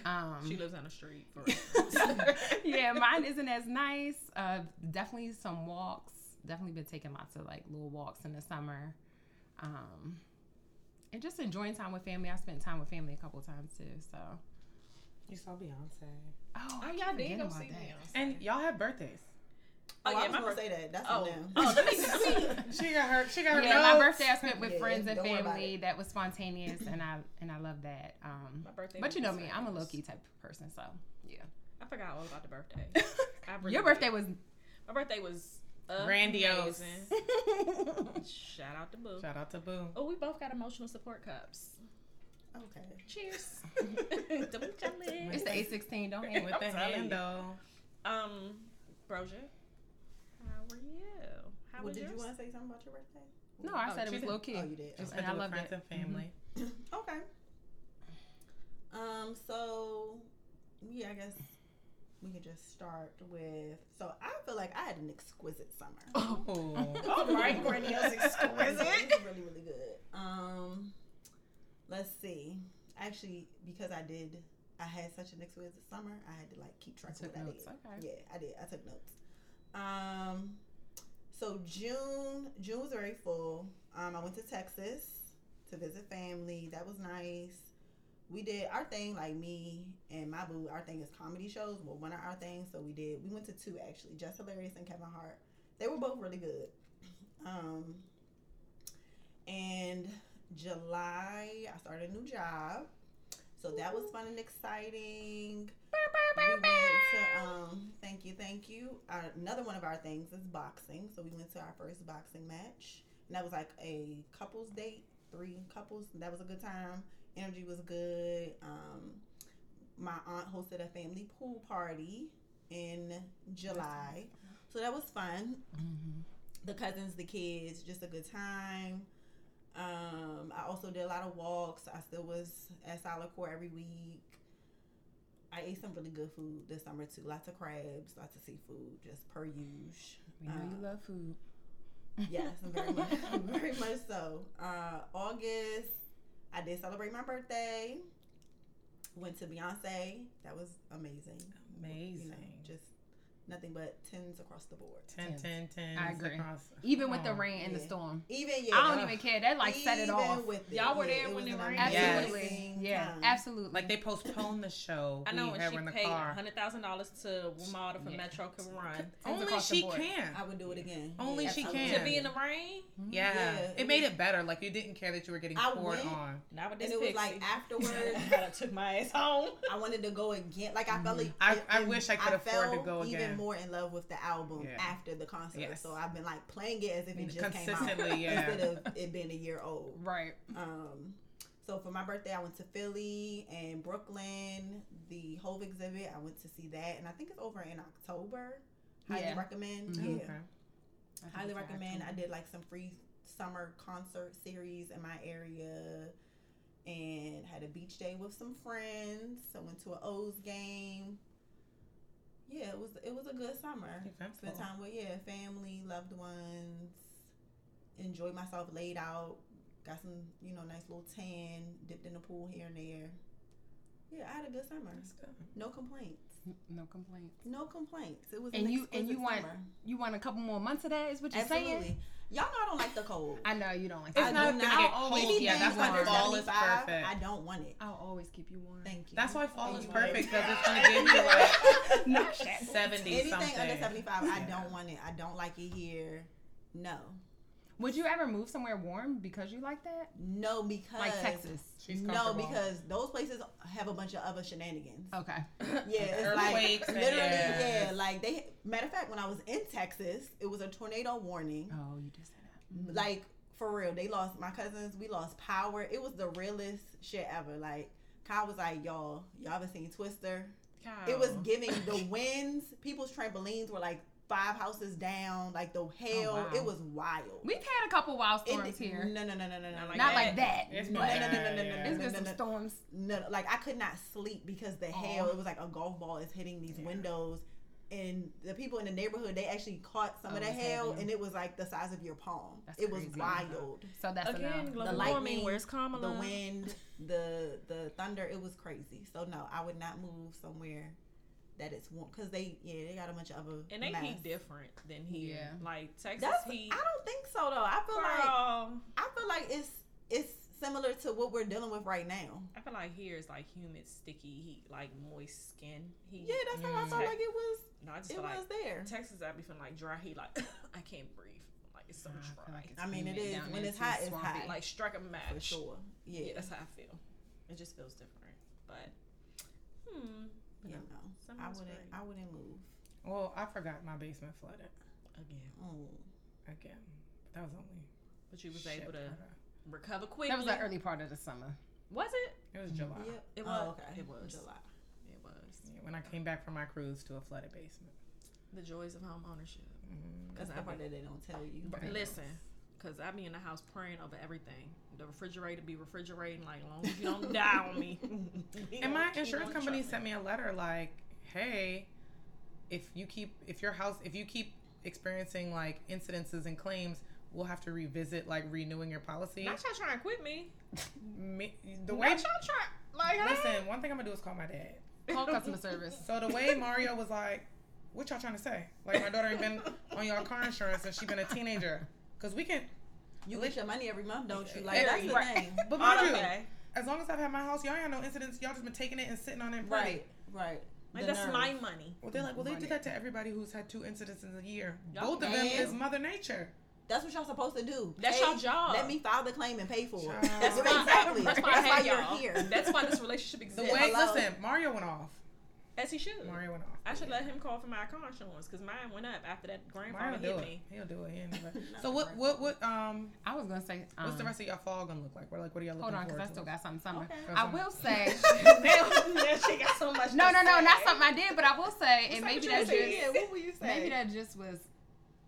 Speaker 5: Um,
Speaker 4: She lives on the street for real.
Speaker 5: yeah, mine isn't as nice. Uh, definitely some walks. Definitely been taking lots of like little walks in the summer, um, and just enjoying time with family. I spent time with family a couple of times too. So
Speaker 2: You saw Beyonce.
Speaker 5: oh,
Speaker 4: Oh,
Speaker 5: I
Speaker 4: y'all
Speaker 5: keep
Speaker 4: did
Speaker 5: forgetting
Speaker 4: go
Speaker 5: about
Speaker 4: see
Speaker 5: that.
Speaker 4: Beyonce.
Speaker 2: And y'all had birthdays.
Speaker 3: I
Speaker 4: Oh, yeah,
Speaker 3: was
Speaker 4: my
Speaker 3: gonna
Speaker 4: birthday.
Speaker 3: say that. That's
Speaker 4: Oh,
Speaker 3: what now.
Speaker 4: oh, let me- let me-
Speaker 2: She got her. She got her.
Speaker 5: Yeah, my
Speaker 2: notes.
Speaker 5: birthday I spent with
Speaker 3: Yeah,
Speaker 5: friends and
Speaker 3: don't worry about
Speaker 5: family.
Speaker 3: it.
Speaker 5: That was spontaneous, and I and I love that. Um,
Speaker 4: My birthday
Speaker 5: but
Speaker 4: was
Speaker 5: you know
Speaker 4: this
Speaker 5: me,
Speaker 4: year.
Speaker 5: I'm a low key type of person. So yeah,
Speaker 4: I forgot all about the birthday. I
Speaker 5: your
Speaker 4: really
Speaker 5: birthday was
Speaker 4: did. My birthday was
Speaker 2: Grandiose.
Speaker 4: amazing. Shout out to Boo.
Speaker 2: Shout out to Boo.
Speaker 4: Oh, we both got emotional support cups.
Speaker 3: Okay.
Speaker 4: Cheers.
Speaker 5: it's
Speaker 4: Double
Speaker 5: the A16. Don't hang with
Speaker 2: With the
Speaker 4: I'm telling you.
Speaker 2: handle.
Speaker 4: um, Brosia, how were you? How
Speaker 3: Well,
Speaker 4: was
Speaker 3: did you
Speaker 4: yours?
Speaker 3: want to say something about your birthday?
Speaker 5: No, I
Speaker 4: Oh,
Speaker 5: said it
Speaker 2: she
Speaker 5: was
Speaker 2: did.
Speaker 5: low key.
Speaker 3: Oh, you did.
Speaker 5: Just-
Speaker 3: Okay.
Speaker 2: Spent
Speaker 5: I
Speaker 2: it with
Speaker 5: Mm-hmm. loved
Speaker 2: friends
Speaker 5: it.
Speaker 2: and family.
Speaker 3: Okay. Um, so yeah, I guess we could just start with so I feel like I had an exquisite summer.
Speaker 2: Oh.
Speaker 4: All right, Cornelia's
Speaker 3: It
Speaker 4: exquisite.
Speaker 3: was really, really good. Um let's see. Actually, because I did I had such an exquisite summer, I had to like keep track of
Speaker 5: took
Speaker 3: what I
Speaker 5: notes.
Speaker 3: did.
Speaker 5: Okay.
Speaker 3: Yeah, I did. I took notes. Um, so June, June was very full. Um, I went to Texas to visit family. That was nice. We did our thing, like me and my boo. Our thing is comedy shows. Well, one of our things. So we did. We went to two actually. Just hilarious and Kevin Hart. They were both really good. Um, and July, I started a new job. So that was fun and exciting. We went to, um, thank you, thank you. Our, another one of our things is boxing. So we went to our first boxing match, and that was like a couples date, three couples. That was a good time. Energy was good. Um, my aunt hosted a family pool party in July, so that was fun.
Speaker 5: Mm-hmm.
Speaker 3: The cousins, the kids, just a good time. Um, I also did a lot of walks. I still was at Solid Core every week. I ate some really good food this summer too. Lots of crabs, lots of seafood, just per use.
Speaker 5: We
Speaker 3: Um,
Speaker 5: know
Speaker 3: Uh,
Speaker 5: you love food.
Speaker 3: Yes, very much, very much so. Uh, August, I did celebrate my birthday. Went to Beyonce. That was amazing. You know,
Speaker 2: Amazing.
Speaker 3: just nothing but tens across the board.
Speaker 2: Ten, ten, ten.
Speaker 5: I agree.
Speaker 2: across-
Speaker 5: Even with the
Speaker 2: Oh.
Speaker 5: rain and the
Speaker 3: yeah.
Speaker 5: storm.
Speaker 3: Even yeah,
Speaker 5: I don't
Speaker 2: Ugh.
Speaker 5: even care. That like set it
Speaker 3: even
Speaker 5: off.
Speaker 3: With it,
Speaker 4: Y'all were
Speaker 3: yeah,
Speaker 4: there
Speaker 3: it
Speaker 4: when
Speaker 3: was
Speaker 4: it
Speaker 3: an
Speaker 4: rained?
Speaker 5: Absolutely.
Speaker 3: amazing
Speaker 5: Yeah.
Speaker 3: time.
Speaker 5: Absolutely.
Speaker 2: Like they postponed the show.
Speaker 4: I know
Speaker 2: we
Speaker 4: when
Speaker 2: had
Speaker 4: she
Speaker 2: in the
Speaker 4: paid
Speaker 2: car.
Speaker 4: hundred thousand dollars to Ramada from
Speaker 5: Yeah.
Speaker 4: Metro can run.
Speaker 5: Tens
Speaker 2: Only
Speaker 5: across the
Speaker 2: she
Speaker 5: board.
Speaker 2: can.
Speaker 3: I would do it again.
Speaker 2: Only she
Speaker 3: absolutely.
Speaker 2: can.
Speaker 4: To be in the rain,
Speaker 2: Yeah.
Speaker 3: Yeah.
Speaker 2: It made it better. Like you didn't care that you were getting
Speaker 3: I
Speaker 2: poured
Speaker 3: went-
Speaker 2: on.
Speaker 4: not with this
Speaker 3: And it was like
Speaker 4: pixie.
Speaker 3: afterwards,
Speaker 4: I took my ass home.
Speaker 3: I wanted to go again. Like I felt like
Speaker 2: I-
Speaker 3: it-
Speaker 2: Mm-hmm. I
Speaker 3: it-
Speaker 2: wish I could afford to
Speaker 3: felt
Speaker 2: go again.
Speaker 3: Even
Speaker 2: Yeah.
Speaker 3: been more in love with the album
Speaker 2: Yeah.
Speaker 3: after the concert.
Speaker 2: Yes. Mm,
Speaker 3: So I've been like playing it as if it just came out
Speaker 2: Consistently, yeah.
Speaker 3: instead of it being a year old.
Speaker 5: Right.
Speaker 3: Um, so for my birthday, I went to Philly and Brooklyn. The Hove exhibit, I went to see that, and I think it's over in October. Highly
Speaker 5: Yeah.
Speaker 3: recommend.
Speaker 5: Mhm.
Speaker 3: Yeah,
Speaker 2: Okay.
Speaker 3: highly recommend. I did like some free summer concert series in my area, and had a beach day with some friends. I went to an O's game. Yeah, it was it was a good summer.
Speaker 2: Eventful.
Speaker 3: Spend time with yeah, family, loved ones. Enjoy myself laid out. Got some, you know, nice little tan. Dipped in the pool here and there. Yeah, I had a good summer.
Speaker 2: That's good.
Speaker 3: No complaints.
Speaker 5: No complaints.
Speaker 3: No complaints. It was
Speaker 5: And
Speaker 3: an
Speaker 5: you and you
Speaker 3: exquisite
Speaker 5: want
Speaker 3: summer.
Speaker 5: you want a couple more months of that? Is what you're
Speaker 3: absolutely.
Speaker 5: saying?
Speaker 3: Y'all know I don't like the cold.
Speaker 5: I know you don't like.
Speaker 2: It's
Speaker 5: that.
Speaker 3: I
Speaker 2: not
Speaker 3: do
Speaker 2: gonna
Speaker 3: not-
Speaker 2: get cold.
Speaker 3: Anything
Speaker 2: Yeah, that's why
Speaker 3: under
Speaker 2: fall is
Speaker 3: 75,
Speaker 2: perfect.
Speaker 3: I don't want it.
Speaker 5: I'll always keep you warm.
Speaker 3: Thank you.
Speaker 2: That's why fall
Speaker 3: Thank
Speaker 2: is
Speaker 3: you.
Speaker 2: perfect because it's gonna give you like
Speaker 5: Not that.
Speaker 2: 70
Speaker 3: Anything
Speaker 2: something.
Speaker 3: under seventy five, I
Speaker 2: Yeah.
Speaker 3: don't want it. I don't like it here. No,
Speaker 5: Would you ever move somewhere warm because you like that?
Speaker 3: no, because
Speaker 5: Like Texas.
Speaker 2: She's
Speaker 3: no,
Speaker 2: comfortable.
Speaker 3: because those places have a bunch of other shenanigans.
Speaker 5: Okay.
Speaker 3: Yeah, it's
Speaker 2: Earthquakes
Speaker 3: like
Speaker 2: and-
Speaker 3: literally,
Speaker 2: yeah.
Speaker 3: yeah. Like they, matter of fact, when I was in Texas, it was a tornado warning.
Speaker 5: Oh, you just said
Speaker 3: Like for real, they lost my cousins. We lost power. It was the realest shit ever. Like Kyle was like, "Y'all, y'all ever seen Twister? It was
Speaker 5: Oh.
Speaker 2: Oh,
Speaker 3: giving the winds. People's trampolines were like five houses down. Like the hell,
Speaker 5: Oh, wow.
Speaker 3: it was wild.
Speaker 5: We've had a couple wild
Speaker 3: It-
Speaker 5: storms here.
Speaker 3: No, no, no, no, no, no.
Speaker 4: like
Speaker 3: no,
Speaker 5: Not like that.
Speaker 2: It's
Speaker 5: but
Speaker 2: been bad,
Speaker 3: no, no,
Speaker 2: yeah.
Speaker 3: no,
Speaker 5: There's
Speaker 3: no,
Speaker 5: been
Speaker 3: no,
Speaker 5: some
Speaker 3: no.
Speaker 5: storms.
Speaker 3: no, like I could not sleep because the hell
Speaker 5: Aw.
Speaker 3: it was like a golf ball is hitting these windows, and the people in the neighborhood they actually caught some
Speaker 5: Oh,
Speaker 3: of the
Speaker 5: it's
Speaker 3: hell,
Speaker 5: heavy.
Speaker 3: and it was like the size of your palm.
Speaker 5: That's
Speaker 3: it was
Speaker 5: crazy.
Speaker 3: wild.
Speaker 5: So that's
Speaker 4: Again,
Speaker 5: enough.
Speaker 4: global
Speaker 3: The
Speaker 4: warming.
Speaker 3: lightning,
Speaker 4: Where's Kamala?
Speaker 3: The wind, the the thunder, it was crazy. So no, I would not move somewhere that it's warm because they yeah they got a bunch of other
Speaker 4: And they
Speaker 3: mess.
Speaker 4: heat different than here.
Speaker 5: Yeah.
Speaker 4: Like Texas
Speaker 3: That's
Speaker 4: heat.
Speaker 3: I don't think so though. I feel like
Speaker 4: Girl,
Speaker 3: I feel like it's it's similar to what we're dealing with right now.
Speaker 4: I feel like here is like humid, sticky heat, like moist skin heat.
Speaker 3: Yeah, that's how I felt like it was.
Speaker 4: No, Mm. I just
Speaker 3: It
Speaker 4: feel like
Speaker 3: was there.
Speaker 4: Texas, I be feeling like dry heat. Like I can't breathe. Like it's so
Speaker 5: Nah, I feel
Speaker 4: dry.
Speaker 5: like it's
Speaker 3: I mean, it
Speaker 5: humid
Speaker 3: is.
Speaker 5: down
Speaker 3: When
Speaker 5: there,
Speaker 3: it's
Speaker 5: too.
Speaker 3: hot, it's
Speaker 5: Swampy.
Speaker 3: hot.
Speaker 4: like strike a match.
Speaker 3: For sure. Yeah.
Speaker 4: Yeah. that's how I feel. It just feels different. But hmm,
Speaker 3: You know, I
Speaker 4: Sometimes
Speaker 3: wouldn't.
Speaker 4: great.
Speaker 3: I wouldn't move.
Speaker 2: Well, I forgot my basement flooded
Speaker 4: again,
Speaker 3: Mm.
Speaker 2: again. That was only.
Speaker 4: but you was
Speaker 2: shit
Speaker 4: able to
Speaker 2: out of-
Speaker 4: recover quickly.
Speaker 5: That was the early part of the summer.
Speaker 4: Was it?
Speaker 2: It was July.
Speaker 3: Yep.
Speaker 4: It
Speaker 3: Oh,
Speaker 4: was-
Speaker 3: okay.
Speaker 4: it was.
Speaker 3: July.
Speaker 4: It was
Speaker 2: Yeah, When I came back from my cruise to a flooded basement.
Speaker 4: the joys of home ownership.
Speaker 2: Mhm.
Speaker 3: That's
Speaker 4: Because
Speaker 3: the part that they don't tell you.
Speaker 4: But Mm, Listen, because I be in the house praying over everything. The refrigerator be refrigerating like long as you don't die on me.
Speaker 2: And my insurance company sent me a letter like, "Hey, if you keep if your house if you keep experiencing like incidences and claims, we'll have to revisit like renewing your policy."
Speaker 4: Not y'all trying to quit me.
Speaker 2: Me, the
Speaker 4: Not
Speaker 2: way
Speaker 4: y'all trying. Like, huh?
Speaker 2: listen, one thing I'm gonna do is call my dad.
Speaker 5: Call customer service.
Speaker 2: So the way Mario was like, "What y'all trying to say?" Like my daughter ain't been on y'all car insurance since she been a teenager. Cause we can,
Speaker 3: You get your money every month, don't you?
Speaker 2: Every-
Speaker 3: Like that's the
Speaker 4: right.
Speaker 3: thing.
Speaker 2: but mind
Speaker 4: Auto
Speaker 2: you,
Speaker 4: pay.
Speaker 2: as long as I've had my house, y'all ain't had no incidents. Y'all just been taking it and sitting on it. and pretty.
Speaker 3: Right. Right.
Speaker 4: Like,
Speaker 3: The
Speaker 4: that's
Speaker 3: nerve.
Speaker 4: my money.
Speaker 2: Well, they're like, well, they do that to everybody who's had two incidents in a year.
Speaker 4: Y'all
Speaker 2: Both of them
Speaker 3: mad.
Speaker 2: is Mother Nature.
Speaker 3: That's what y'all supposed to do.
Speaker 4: That's
Speaker 3: Hey,
Speaker 4: y'all job.
Speaker 3: Let me file the claim and pay for it.
Speaker 2: Child.
Speaker 3: That's
Speaker 2: That's why-
Speaker 3: exactly.
Speaker 4: That's why, I hate y'all.
Speaker 3: you're here.
Speaker 4: That's why this relationship
Speaker 2: The
Speaker 4: exists.
Speaker 2: way,
Speaker 3: Hello.
Speaker 2: listen, Mario went off.
Speaker 4: As he should.
Speaker 2: Mario went off.
Speaker 4: I should let him call for my car insurance because mine went up after that grandfather
Speaker 2: Mario do
Speaker 4: hit
Speaker 2: it.
Speaker 4: me.
Speaker 2: He'll do it. He ain't never- so what? What? What? Um,
Speaker 5: I was gonna say. Um,
Speaker 2: what's the rest of y'all fall gonna look like? We're like, what are y'all
Speaker 5: Hold
Speaker 2: looking
Speaker 5: on, because
Speaker 2: forward
Speaker 5: I
Speaker 2: to?
Speaker 5: still got something summer.
Speaker 3: Okay.
Speaker 5: I will say.
Speaker 4: now she got so much.
Speaker 5: No,
Speaker 4: to
Speaker 5: no, no,
Speaker 4: say.
Speaker 5: not something I did, but I will say, and
Speaker 4: Stop
Speaker 5: maybe
Speaker 4: what you
Speaker 5: that
Speaker 4: said.
Speaker 5: just
Speaker 4: Yeah, what will you say?
Speaker 5: maybe that just was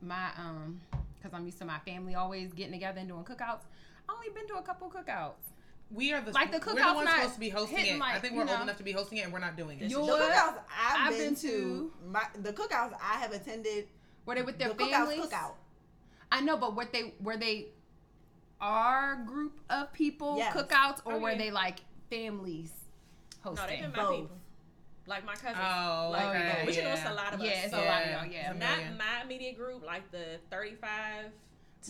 Speaker 5: my um, because I'm used to my family always getting together and doing cookouts. I only been to a couple cookouts.
Speaker 2: we are the
Speaker 5: Like, the
Speaker 2: we're
Speaker 5: cookout's
Speaker 2: the ones
Speaker 5: not
Speaker 2: supposed to be hosting
Speaker 5: hitting
Speaker 2: it. I
Speaker 5: like,
Speaker 2: think
Speaker 5: you
Speaker 2: we're old
Speaker 5: know.
Speaker 2: enough to be hosting it, and we're not doing it.
Speaker 4: This
Speaker 5: Your-
Speaker 3: The cookouts I've,
Speaker 5: I've
Speaker 3: been,
Speaker 5: been
Speaker 3: to, my the cookouts I have attended.
Speaker 5: Were they with their
Speaker 3: the
Speaker 5: families?
Speaker 3: cookouts cookout.
Speaker 5: I know, but were they were they our group of people
Speaker 3: Yes.
Speaker 5: cookouts or
Speaker 4: Oh,
Speaker 5: were
Speaker 4: yeah.
Speaker 5: they like families
Speaker 4: No, they
Speaker 5: hosting?
Speaker 4: been my
Speaker 3: Both.
Speaker 4: people. Like my cousin.
Speaker 2: Oh,
Speaker 4: like,
Speaker 2: okay,
Speaker 4: But you know, it's
Speaker 2: yeah.
Speaker 4: a lot of
Speaker 5: yeah,
Speaker 4: us.
Speaker 5: it's
Speaker 4: So,
Speaker 5: a lot of
Speaker 2: yeah,
Speaker 5: y'all. Yeah,
Speaker 2: it's a
Speaker 4: not
Speaker 2: million.
Speaker 4: my immediate group, like the 35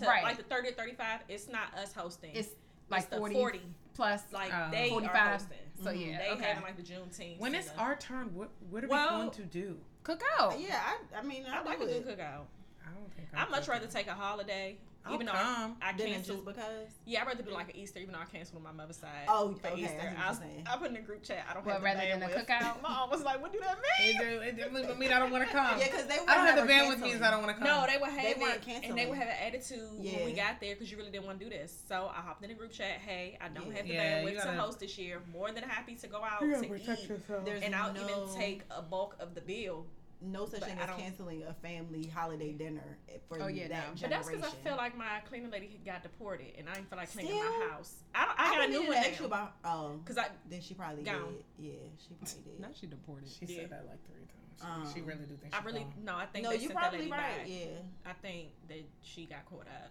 Speaker 4: to
Speaker 5: Right.
Speaker 4: like the 30 to 35. It's not us hosting.
Speaker 5: it's like
Speaker 4: the
Speaker 5: 40,
Speaker 4: 40.
Speaker 5: plus.
Speaker 4: like
Speaker 2: Oh.
Speaker 4: they
Speaker 5: 45.
Speaker 4: are hosting.
Speaker 5: so yeah,
Speaker 4: They
Speaker 5: okay.
Speaker 4: having like the Juneteenth.
Speaker 2: when it's
Speaker 4: dinner.
Speaker 2: our turn, what, what are
Speaker 4: Well-
Speaker 2: we going to do?
Speaker 5: cookout.
Speaker 3: Yeah, I, I mean, I,
Speaker 4: I like Oh. a
Speaker 3: do it.
Speaker 4: good cookout.
Speaker 2: I I don't think I'm
Speaker 4: I'd much
Speaker 2: cooking.
Speaker 4: rather take a holiday,
Speaker 2: I'll
Speaker 4: even though I,
Speaker 2: come.
Speaker 4: I
Speaker 3: Then it's
Speaker 4: cancel.
Speaker 3: just because.
Speaker 4: Yeah, I'd rather do like an Easter, even though I canceled on my mother's side.
Speaker 3: Oh, okay,
Speaker 4: for
Speaker 3: I see
Speaker 4: Easter.
Speaker 3: what
Speaker 4: I,
Speaker 3: you're
Speaker 4: was-
Speaker 3: saying.
Speaker 4: I put in a group chat. I don't
Speaker 5: What,
Speaker 4: have the
Speaker 5: rather than a
Speaker 4: bandwidth.
Speaker 5: cookout?
Speaker 4: My mom was like, "What do that
Speaker 2: It
Speaker 4: mean?"
Speaker 2: do- it do- look, mean I don't want to come.
Speaker 3: Yeah, because they.
Speaker 2: I don't have the
Speaker 3: never
Speaker 2: bandwidth means
Speaker 3: canceling.
Speaker 2: I don't want to come.
Speaker 4: No, they were
Speaker 3: They
Speaker 4: having
Speaker 3: weren't
Speaker 4: and they
Speaker 3: canceling.
Speaker 4: were having attitude when we
Speaker 3: Yeah.
Speaker 4: got there because you really didn't want to do this. So I hopped in a group chat. Hey, I don't
Speaker 3: Yeah.
Speaker 4: have the
Speaker 2: Yeah, you
Speaker 4: bandwidth
Speaker 2: gotta-
Speaker 4: to host this year. More than happy to go out
Speaker 2: You
Speaker 4: to
Speaker 2: gotta
Speaker 4: eat,
Speaker 2: protect yourself.
Speaker 3: There's
Speaker 4: and I'll
Speaker 3: no-
Speaker 4: even take a bulk of the bill.
Speaker 3: No such
Speaker 4: But
Speaker 3: thing
Speaker 4: I
Speaker 3: as
Speaker 4: don't-
Speaker 3: canceling a family holiday dinner for
Speaker 5: Oh, yeah,
Speaker 3: that
Speaker 5: no.
Speaker 4: But that's
Speaker 3: generation.
Speaker 4: because I feel like my cleaning lady had got deported, and I didn't feel like cleaning my
Speaker 3: Still?
Speaker 4: house. I, don't, I,
Speaker 3: I
Speaker 4: got a
Speaker 3: didn't
Speaker 4: new
Speaker 3: mean
Speaker 4: one
Speaker 3: to ask you
Speaker 4: now.
Speaker 3: about. Oh,
Speaker 4: Cause I
Speaker 3: then she probably
Speaker 4: Gone.
Speaker 3: did. Yeah, she probably did.
Speaker 5: Now she deported.
Speaker 2: She
Speaker 4: Yeah.
Speaker 2: said that like three times.
Speaker 3: Um,
Speaker 2: she really do think
Speaker 4: I
Speaker 2: she's
Speaker 4: really
Speaker 2: gone.
Speaker 4: no. I think
Speaker 3: no,
Speaker 4: they
Speaker 3: you
Speaker 4: sent that
Speaker 3: probably
Speaker 4: lady
Speaker 3: right.
Speaker 4: back.
Speaker 3: Yeah.
Speaker 4: I think that she got caught up.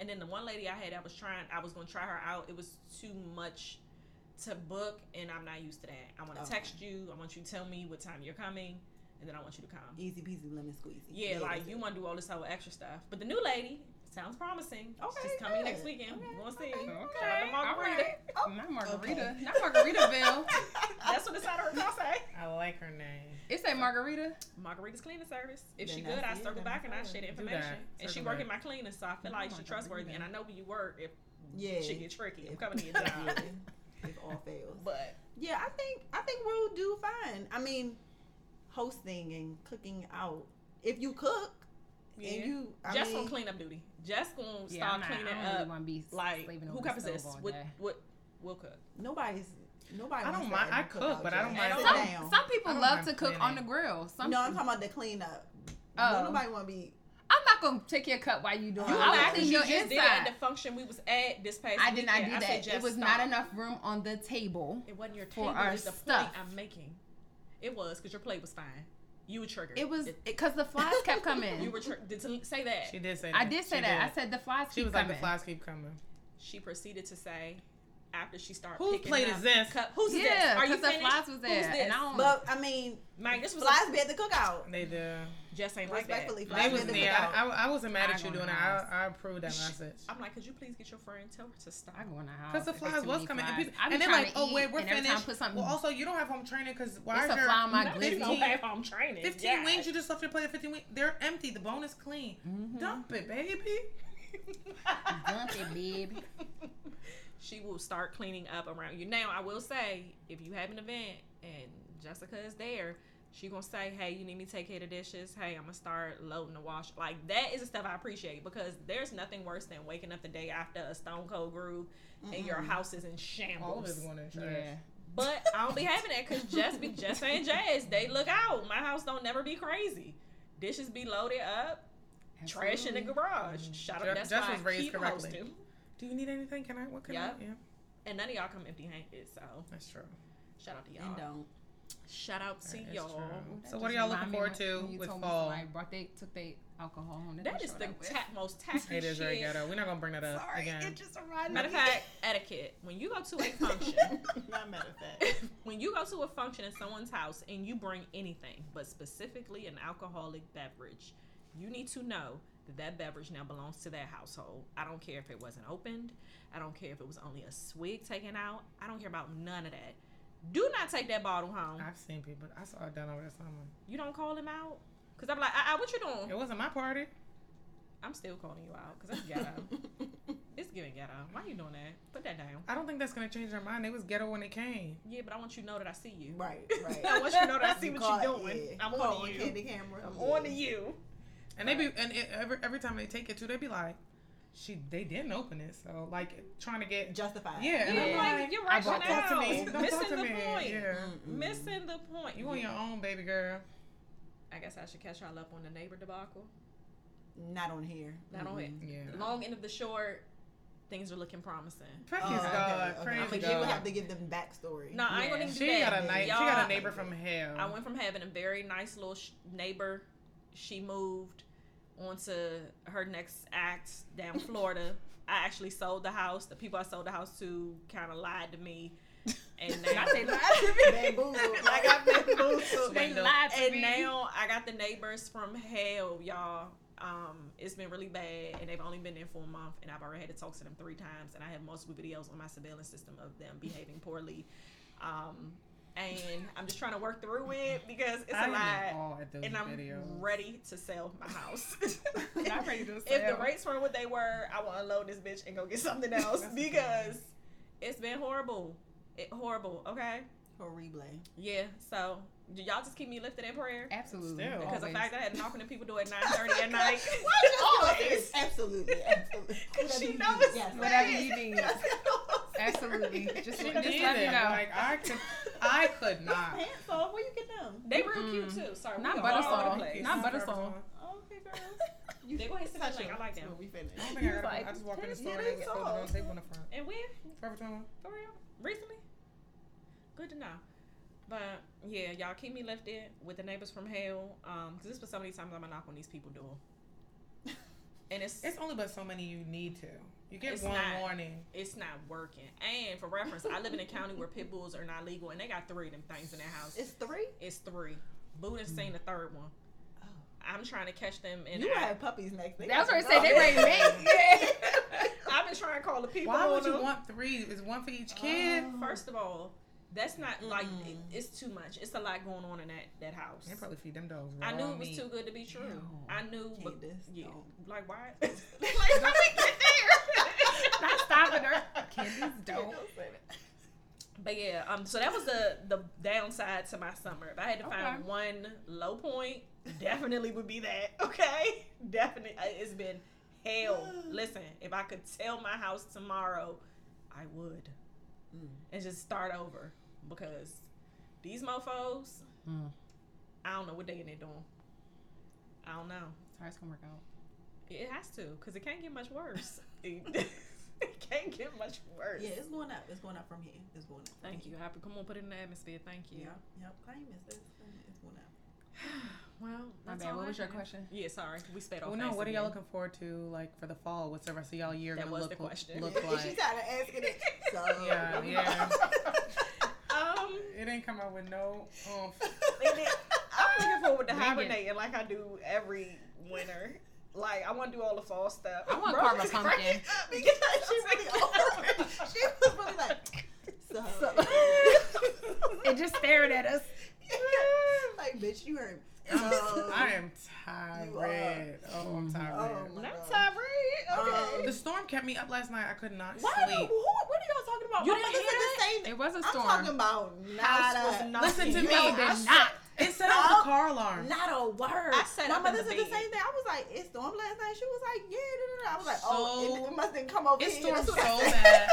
Speaker 4: And then the one lady I had, I was trying, I was gonna try her out. It was too much to book, and I'm not used to that. I want to
Speaker 3: Okay.
Speaker 4: text you. I want you to tell me what time you're coming, and then I want you to come.
Speaker 3: Easy peasy lemon squeezy.
Speaker 4: Yeah, like
Speaker 3: that's
Speaker 4: you
Speaker 3: it.
Speaker 4: want to do all this whole extra stuff. But the new lady sounds promising.
Speaker 3: Okay,
Speaker 4: She's coming
Speaker 3: good.
Speaker 4: next weekend.
Speaker 3: Okay,
Speaker 4: We're gonna see.
Speaker 3: okay,
Speaker 4: Shout out to Margarita.
Speaker 5: All right. Not Margarita. Not Margaritaville.
Speaker 4: That's what the side of her mouth say.
Speaker 2: I like her name.
Speaker 5: it say Margarita.
Speaker 4: Margarita's cleaning service. If
Speaker 3: Then
Speaker 4: she good,
Speaker 3: that's
Speaker 4: I
Speaker 3: it,
Speaker 4: circle
Speaker 3: then
Speaker 4: back and I
Speaker 3: that's
Speaker 4: share the
Speaker 2: fine. Do
Speaker 4: information.
Speaker 2: that.
Speaker 4: And she
Speaker 2: Circle
Speaker 4: work
Speaker 2: back.
Speaker 4: in my cleaning, so I
Speaker 5: Oh
Speaker 4: feel like
Speaker 5: my
Speaker 4: she
Speaker 5: God,
Speaker 4: trustworthy.
Speaker 5: yeah.
Speaker 4: And I know where you work. If
Speaker 3: Yeah.
Speaker 4: she get tricky, I'm
Speaker 3: If-
Speaker 4: coming to your
Speaker 3: yeah.
Speaker 4: job.
Speaker 3: If all fails.
Speaker 4: But
Speaker 3: Yeah, I think I think we'll do fine. I mean, hosting and cooking out. If you cook
Speaker 4: yeah,
Speaker 3: and you, I
Speaker 4: just
Speaker 3: mean,
Speaker 4: on cleanup duty. Just gonna
Speaker 5: Yeah, I'm
Speaker 4: start
Speaker 5: not,
Speaker 4: cleaning
Speaker 5: I don't really
Speaker 4: up.
Speaker 5: want to be
Speaker 4: like
Speaker 5: slaving
Speaker 4: who
Speaker 5: over the
Speaker 4: covers
Speaker 5: stove
Speaker 4: this?
Speaker 5: all
Speaker 4: What
Speaker 5: day.
Speaker 4: what will cook?
Speaker 3: nobody's nobody.
Speaker 2: I don't
Speaker 3: wants to
Speaker 2: mind- I
Speaker 3: ever
Speaker 2: cook,
Speaker 3: out
Speaker 2: but I
Speaker 3: yet.
Speaker 2: don't mind
Speaker 3: Sit
Speaker 2: Some-
Speaker 3: down.
Speaker 5: Some people
Speaker 2: I don't
Speaker 5: love
Speaker 2: mind
Speaker 5: to cook
Speaker 2: planning.
Speaker 5: on the grill. Some
Speaker 3: no, I'm talking about the cleanup.
Speaker 5: Oh.
Speaker 3: No, nobody want to be.
Speaker 5: I'm not gonna take your cup while you doing.
Speaker 3: You
Speaker 5: it.
Speaker 3: I
Speaker 5: I
Speaker 4: lied
Speaker 5: will clean
Speaker 4: 'cause
Speaker 5: your
Speaker 4: you just did it at
Speaker 5: inside.
Speaker 4: the function we was at this past.
Speaker 5: I did not do
Speaker 4: weekend. I said
Speaker 5: that. It
Speaker 4: just
Speaker 5: was
Speaker 4: stop.
Speaker 5: not enough room on the table.
Speaker 4: It wasn't your
Speaker 5: for
Speaker 4: table.
Speaker 5: our
Speaker 4: It's the plate
Speaker 5: stuff.
Speaker 4: I'm making. It was because your plate was fine. You were triggered.
Speaker 5: It was because the flies kept
Speaker 4: You
Speaker 5: coming.
Speaker 4: were tri- did to say that.
Speaker 2: She did say that.
Speaker 5: Eh, I did say
Speaker 2: She
Speaker 5: that.
Speaker 2: did.
Speaker 5: I said the flies
Speaker 2: she
Speaker 5: keep
Speaker 2: was
Speaker 5: coming.
Speaker 2: like, the flies keep coming.
Speaker 4: she proceeded to say after she started
Speaker 2: Whose
Speaker 4: picking
Speaker 2: plate
Speaker 4: up
Speaker 2: is this?
Speaker 4: Cup, who's
Speaker 5: Yeah,
Speaker 4: this? Are you
Speaker 5: 'cause the
Speaker 4: finished?
Speaker 5: flies was there,
Speaker 4: Who's this?
Speaker 5: and I don't-
Speaker 3: But I mean,
Speaker 4: Mike, this was
Speaker 3: flies be at the cookout.
Speaker 2: They do.
Speaker 4: a, just ain't like that.
Speaker 3: Respectfully,
Speaker 2: They
Speaker 3: flies be
Speaker 2: was
Speaker 3: at the
Speaker 2: there. I,
Speaker 3: cookout.
Speaker 2: I, I wasn't mad
Speaker 5: I
Speaker 2: at you
Speaker 5: go in
Speaker 2: doing
Speaker 5: the
Speaker 2: that.
Speaker 5: house.
Speaker 2: I, I approved that
Speaker 4: Shh.
Speaker 2: message.
Speaker 4: I'm like, could you please get your friend tell her to stop?
Speaker 5: I go in the house.
Speaker 2: Because the
Speaker 5: if there's
Speaker 2: flies
Speaker 5: too
Speaker 2: was
Speaker 5: many
Speaker 2: coming, and,
Speaker 5: flies.
Speaker 2: people,
Speaker 5: I be
Speaker 2: and they're
Speaker 5: trying
Speaker 2: like,
Speaker 5: to
Speaker 2: "Oh
Speaker 5: eat,
Speaker 2: wait, we're
Speaker 5: and every time I
Speaker 2: finished."
Speaker 5: put something-
Speaker 2: Well, also you don't have home training because why
Speaker 5: It's
Speaker 2: is
Speaker 5: a
Speaker 2: there
Speaker 5: fly on my
Speaker 2: No,
Speaker 5: glizzy.
Speaker 4: It's
Speaker 5: Fifteen.
Speaker 4: okay if I'm training.
Speaker 2: 15
Speaker 4: yeah.
Speaker 2: wings you just left your plate of 15 wings. They're empty. The bone is clean. Dump it, baby.
Speaker 5: Mm-hmm. Dump it, babe.
Speaker 4: she will start cleaning up around you. Now, I will say, if you have an event and Jessica is there, she gonna say, "Hey, you need me to take care of the dishes. Hey, I'm gonna start loading the wash." Like that is the stuff I appreciate because there's nothing worse than waking up the day after a stone cold groove and your house is in
Speaker 2: All of
Speaker 4: shambles.
Speaker 2: it's going in trash.
Speaker 5: Yeah.
Speaker 4: But I don't be having that because just be just and Jazz, they look out. My house don't never be crazy. Dishes be loaded up, trash in the
Speaker 5: Absolutely.
Speaker 4: garage. Shut
Speaker 2: Ju-
Speaker 4: up. That's
Speaker 2: Jess
Speaker 4: why
Speaker 2: was
Speaker 4: I
Speaker 2: raised
Speaker 4: keep
Speaker 2: correctly.
Speaker 4: hosting.
Speaker 2: Do you need anything? Can I? What can
Speaker 4: Yep.
Speaker 2: I? Yeah,
Speaker 4: And none of y'all come empty-handed, so
Speaker 2: that's true.
Speaker 4: shout out to y'all.
Speaker 3: And don't.
Speaker 4: Shout out to
Speaker 2: That is
Speaker 4: y'all.
Speaker 2: true.
Speaker 5: That
Speaker 2: So what are
Speaker 5: just
Speaker 2: y'all
Speaker 5: remind
Speaker 2: looking
Speaker 5: me
Speaker 2: forward
Speaker 5: when-
Speaker 2: to
Speaker 5: when you
Speaker 2: with
Speaker 5: told me
Speaker 2: fall?
Speaker 5: somebody brought they took their alcohol home.
Speaker 4: That
Speaker 5: they
Speaker 4: is
Speaker 5: showed
Speaker 4: the
Speaker 5: up with.
Speaker 4: ta- most tacky
Speaker 2: It is very
Speaker 4: shit.
Speaker 2: ghetto. We're not gonna bring that up
Speaker 5: Sorry,
Speaker 2: again.
Speaker 5: it just reminded
Speaker 4: Matter of
Speaker 5: me.
Speaker 4: fact, etiquette. When you go to a function,
Speaker 3: Not matter of fact.
Speaker 4: when you go to a function at someone's house and you bring anything, but specifically an alcoholic beverage, you need to know that that beverage now belongs to that household. I don't care if it wasn't opened. I don't care if it was only a swig taken out. I don't care about none of that. Do not take that bottle home.
Speaker 2: I've seen people. I saw it down over the summer.
Speaker 4: You don't call him out. Cause I'm like, I, I, what you doing?
Speaker 2: It wasn't my party.
Speaker 4: I'm still calling you out because that's ghetto. it's giving ghetto. Why you doing that? Put that down.
Speaker 2: I don't think that's gonna change their mind. It was ghetto when it came.
Speaker 4: Yeah, but I want you to know that I see you.
Speaker 3: right, right.
Speaker 4: I want you to know that I see what
Speaker 3: caught-
Speaker 4: you're doing.
Speaker 3: yeah,
Speaker 4: I'm on
Speaker 3: caught
Speaker 4: to you.
Speaker 3: Candy camera.
Speaker 4: I'm on to you.
Speaker 2: And they be and it, every every time they take it too, they be like, she they didn't open it, so like trying to get.
Speaker 3: Justified.
Speaker 2: Yeah, and
Speaker 4: Yeah,
Speaker 2: I'm
Speaker 4: like,
Speaker 2: like,
Speaker 4: you're right
Speaker 2: Don't talk to
Speaker 4: now.
Speaker 2: me. Don't talk
Speaker 4: Missing
Speaker 2: to
Speaker 4: the
Speaker 2: me.
Speaker 4: point. Mm.
Speaker 2: Yeah.
Speaker 4: Missing the point.
Speaker 2: You on your own, baby girl.
Speaker 4: I guess I should catch y'all up on the neighbor debacle.
Speaker 3: Not on here.
Speaker 4: Not on it.
Speaker 2: Yeah.
Speaker 4: Long end of the short, things are looking promising.
Speaker 2: Praise
Speaker 3: Oh, okay,
Speaker 2: God.
Speaker 3: okay.
Speaker 2: Praise
Speaker 4: I'ma
Speaker 3: But
Speaker 4: give
Speaker 3: you
Speaker 2: God.
Speaker 3: would have to give them backstory.
Speaker 4: No, I ain't gonna
Speaker 5: Yeah.
Speaker 4: even do
Speaker 2: she
Speaker 4: that.
Speaker 2: got a night. She
Speaker 4: Y'all-
Speaker 2: got a neighbor from hell.
Speaker 4: I went from having a very nice little sh- neighbor. She moved onto her next act down Florida. I actually sold the house. The people I sold the house to kind of lied to me, and now
Speaker 5: Not they lied to me.
Speaker 3: Bamboo.
Speaker 4: I got
Speaker 3: bamboo.
Speaker 5: They lied to
Speaker 4: and
Speaker 5: me.
Speaker 4: now I got the neighbors from hell, y'all. Um, it's been really bad, and they've only been there for a month, and I've already had to talk to them three times, and I have multiple videos on my surveillance system of them behaving poorly. Um, and I'm just trying to work through it because it's
Speaker 2: I
Speaker 4: a
Speaker 2: am
Speaker 4: lot.
Speaker 2: all at those
Speaker 4: And I'm
Speaker 2: videos.
Speaker 4: ready to sell my house.
Speaker 2: I'm ready to
Speaker 4: if the
Speaker 2: sell.
Speaker 4: rates weren't what they were, I will unload this bitch and go get something else
Speaker 2: That's okay.
Speaker 4: because it's been horrible. It horrible. Okay.
Speaker 3: Horrible.
Speaker 4: Yeah. So do y'all just keep me lifted in prayer?
Speaker 5: Absolutely.
Speaker 2: Still.
Speaker 4: Because the
Speaker 5: always.
Speaker 4: fact that I had knocking at people door at nine thirty at night.
Speaker 3: Always. Absolutely. Absolutely.
Speaker 4: Because she
Speaker 3: Whatever you
Speaker 4: knows
Speaker 3: need, yes.
Speaker 5: whatever you need.
Speaker 3: Yes,
Speaker 5: Absolutely. Just, just
Speaker 2: She
Speaker 5: let
Speaker 2: did
Speaker 5: me
Speaker 2: it.
Speaker 5: know.
Speaker 2: Like I could, I could not.
Speaker 3: Pants off. Where you get them?
Speaker 4: They real cute
Speaker 5: Mm-mm.
Speaker 4: too. Sorry,
Speaker 5: Not
Speaker 4: we
Speaker 5: butter
Speaker 4: all over the
Speaker 5: salt.
Speaker 4: place.
Speaker 5: Not butter
Speaker 2: Starbucks
Speaker 5: salt.
Speaker 2: one.
Speaker 3: Okay, girls.
Speaker 4: They go ahead and sit
Speaker 3: Touch
Speaker 4: down.
Speaker 3: it.
Speaker 4: I like
Speaker 3: That's
Speaker 4: them.
Speaker 3: when We finish.
Speaker 2: I don't think I
Speaker 5: You
Speaker 2: got.
Speaker 5: like,
Speaker 2: I just walked in the
Speaker 3: "It
Speaker 2: store and it
Speaker 3: is
Speaker 2: was folded
Speaker 3: salt."
Speaker 2: on the table in the front.
Speaker 4: And when
Speaker 2: Forever 21.
Speaker 4: for real recently, good to know. But yeah, y'all keep me lifted with the neighbors from hell. Um, because this was so many times I'm gonna knock on these people door, and it's
Speaker 2: It's only but so many you need to. You get
Speaker 4: It's
Speaker 2: one
Speaker 4: not.
Speaker 2: warning.
Speaker 4: it's not working. And for reference, I live in a county where pit bulls are not legal, and they got three of them things in their house.
Speaker 3: It's three.
Speaker 4: It's three. Boo done seen the third one.
Speaker 3: Oh.
Speaker 4: I'm trying to catch them, and
Speaker 3: You
Speaker 4: I,
Speaker 3: have puppies next. They
Speaker 5: That's
Speaker 3: got
Speaker 5: what I said.
Speaker 3: to
Speaker 5: They
Speaker 3: go.
Speaker 5: ready to make. Yeah.
Speaker 4: I've been trying to call the people.
Speaker 2: Why
Speaker 4: on
Speaker 2: would you
Speaker 4: them.
Speaker 2: want three? Is one for each kid?
Speaker 3: Oh.
Speaker 4: First of all, that's not like
Speaker 3: Mm.
Speaker 4: it- it's too much. It's a lot going on in that that house.
Speaker 2: They probably feed them dogs.
Speaker 4: I knew
Speaker 2: raw
Speaker 4: it was
Speaker 2: meat.
Speaker 4: too good to be true.
Speaker 5: Ew.
Speaker 4: I knew, but
Speaker 3: Candace,
Speaker 4: yeah,
Speaker 3: don't.
Speaker 4: like why? like how we get there?
Speaker 5: Not stopping her. Candies don't.
Speaker 3: Don't say that.
Speaker 4: But yeah, um, so that was the the downside to my summer. If I had to find
Speaker 5: Okay.
Speaker 4: one low point, definitely would be that. Okay, definitely, it's been hell. Listen, if I could sell my house tomorrow, I would,
Speaker 3: Mm.
Speaker 4: and just start over because these mofo's,
Speaker 5: Mm.
Speaker 4: I don't know what they in there doing. I don't know.
Speaker 5: Sorry, it's gonna work out.
Speaker 4: It has to, because it can't get much worse. it can't get much worse.
Speaker 3: Yeah, it's going up. It's going up from here. It's going up.
Speaker 4: Thank you, Happy. Come on, put it in the atmosphere. Thank you.
Speaker 3: Yeah. Yep. I ain't missed this. It's going up.
Speaker 4: Well,
Speaker 5: My
Speaker 4: that's
Speaker 5: bad.
Speaker 4: all
Speaker 5: What
Speaker 4: I
Speaker 5: was your
Speaker 4: had.
Speaker 5: question?
Speaker 4: Yeah, sorry, we sped off.
Speaker 2: Well, no.
Speaker 4: fast
Speaker 2: What are y'all
Speaker 4: again.
Speaker 2: looking forward to, like for the fall? What's the rest of y'all year
Speaker 4: That
Speaker 2: gonna
Speaker 4: was
Speaker 2: look,
Speaker 4: the question.
Speaker 2: look
Speaker 3: Yeah, She
Speaker 2: like?
Speaker 3: started asking it. So
Speaker 2: Yeah, yeah.
Speaker 4: Um,
Speaker 2: It ain't come out with no. oh, oomph.
Speaker 4: and then I'm looking forward to
Speaker 5: Megan.
Speaker 4: hibernating like I do every winter. Like I want to do all the fall stuff.
Speaker 5: I wanna
Speaker 4: Bro,
Speaker 5: carve a
Speaker 4: just
Speaker 5: pumpkin.
Speaker 4: crank it up
Speaker 3: because
Speaker 4: because
Speaker 3: she really over it. She was really like, so.
Speaker 5: It just stared at us.
Speaker 3: like, bitch, you heard.
Speaker 2: Um,
Speaker 3: Um,
Speaker 2: I am
Speaker 3: You are.
Speaker 2: tired. Oh, I'm
Speaker 3: Oh
Speaker 2: tired.
Speaker 3: my
Speaker 4: That's
Speaker 3: god.
Speaker 4: Tyree. Okay.
Speaker 2: the storm kept me up last night. I could not
Speaker 3: Why? Who,
Speaker 2: sleep.
Speaker 3: what are y'all talking about?
Speaker 5: You
Speaker 3: My
Speaker 5: didn't
Speaker 3: mother
Speaker 5: hear
Speaker 3: said the same.
Speaker 5: It was a
Speaker 3: I'm
Speaker 5: storm.
Speaker 3: talking about not
Speaker 4: House was
Speaker 3: a,
Speaker 4: not-
Speaker 2: Listen to
Speaker 5: You
Speaker 2: me.
Speaker 5: did not.
Speaker 2: It set off
Speaker 3: Oh.
Speaker 2: the car alarm.
Speaker 3: not a word.
Speaker 4: I sat
Speaker 3: My
Speaker 4: up in
Speaker 3: mother
Speaker 4: the
Speaker 3: said the
Speaker 4: bed.
Speaker 3: same thing. I was like, it stormed last night. She was like, yeah, da, da, da. I was like, oh,
Speaker 2: So-
Speaker 3: it, it must have come over
Speaker 2: It
Speaker 3: here.
Speaker 2: stormed so
Speaker 3: That's what I said.
Speaker 2: bad.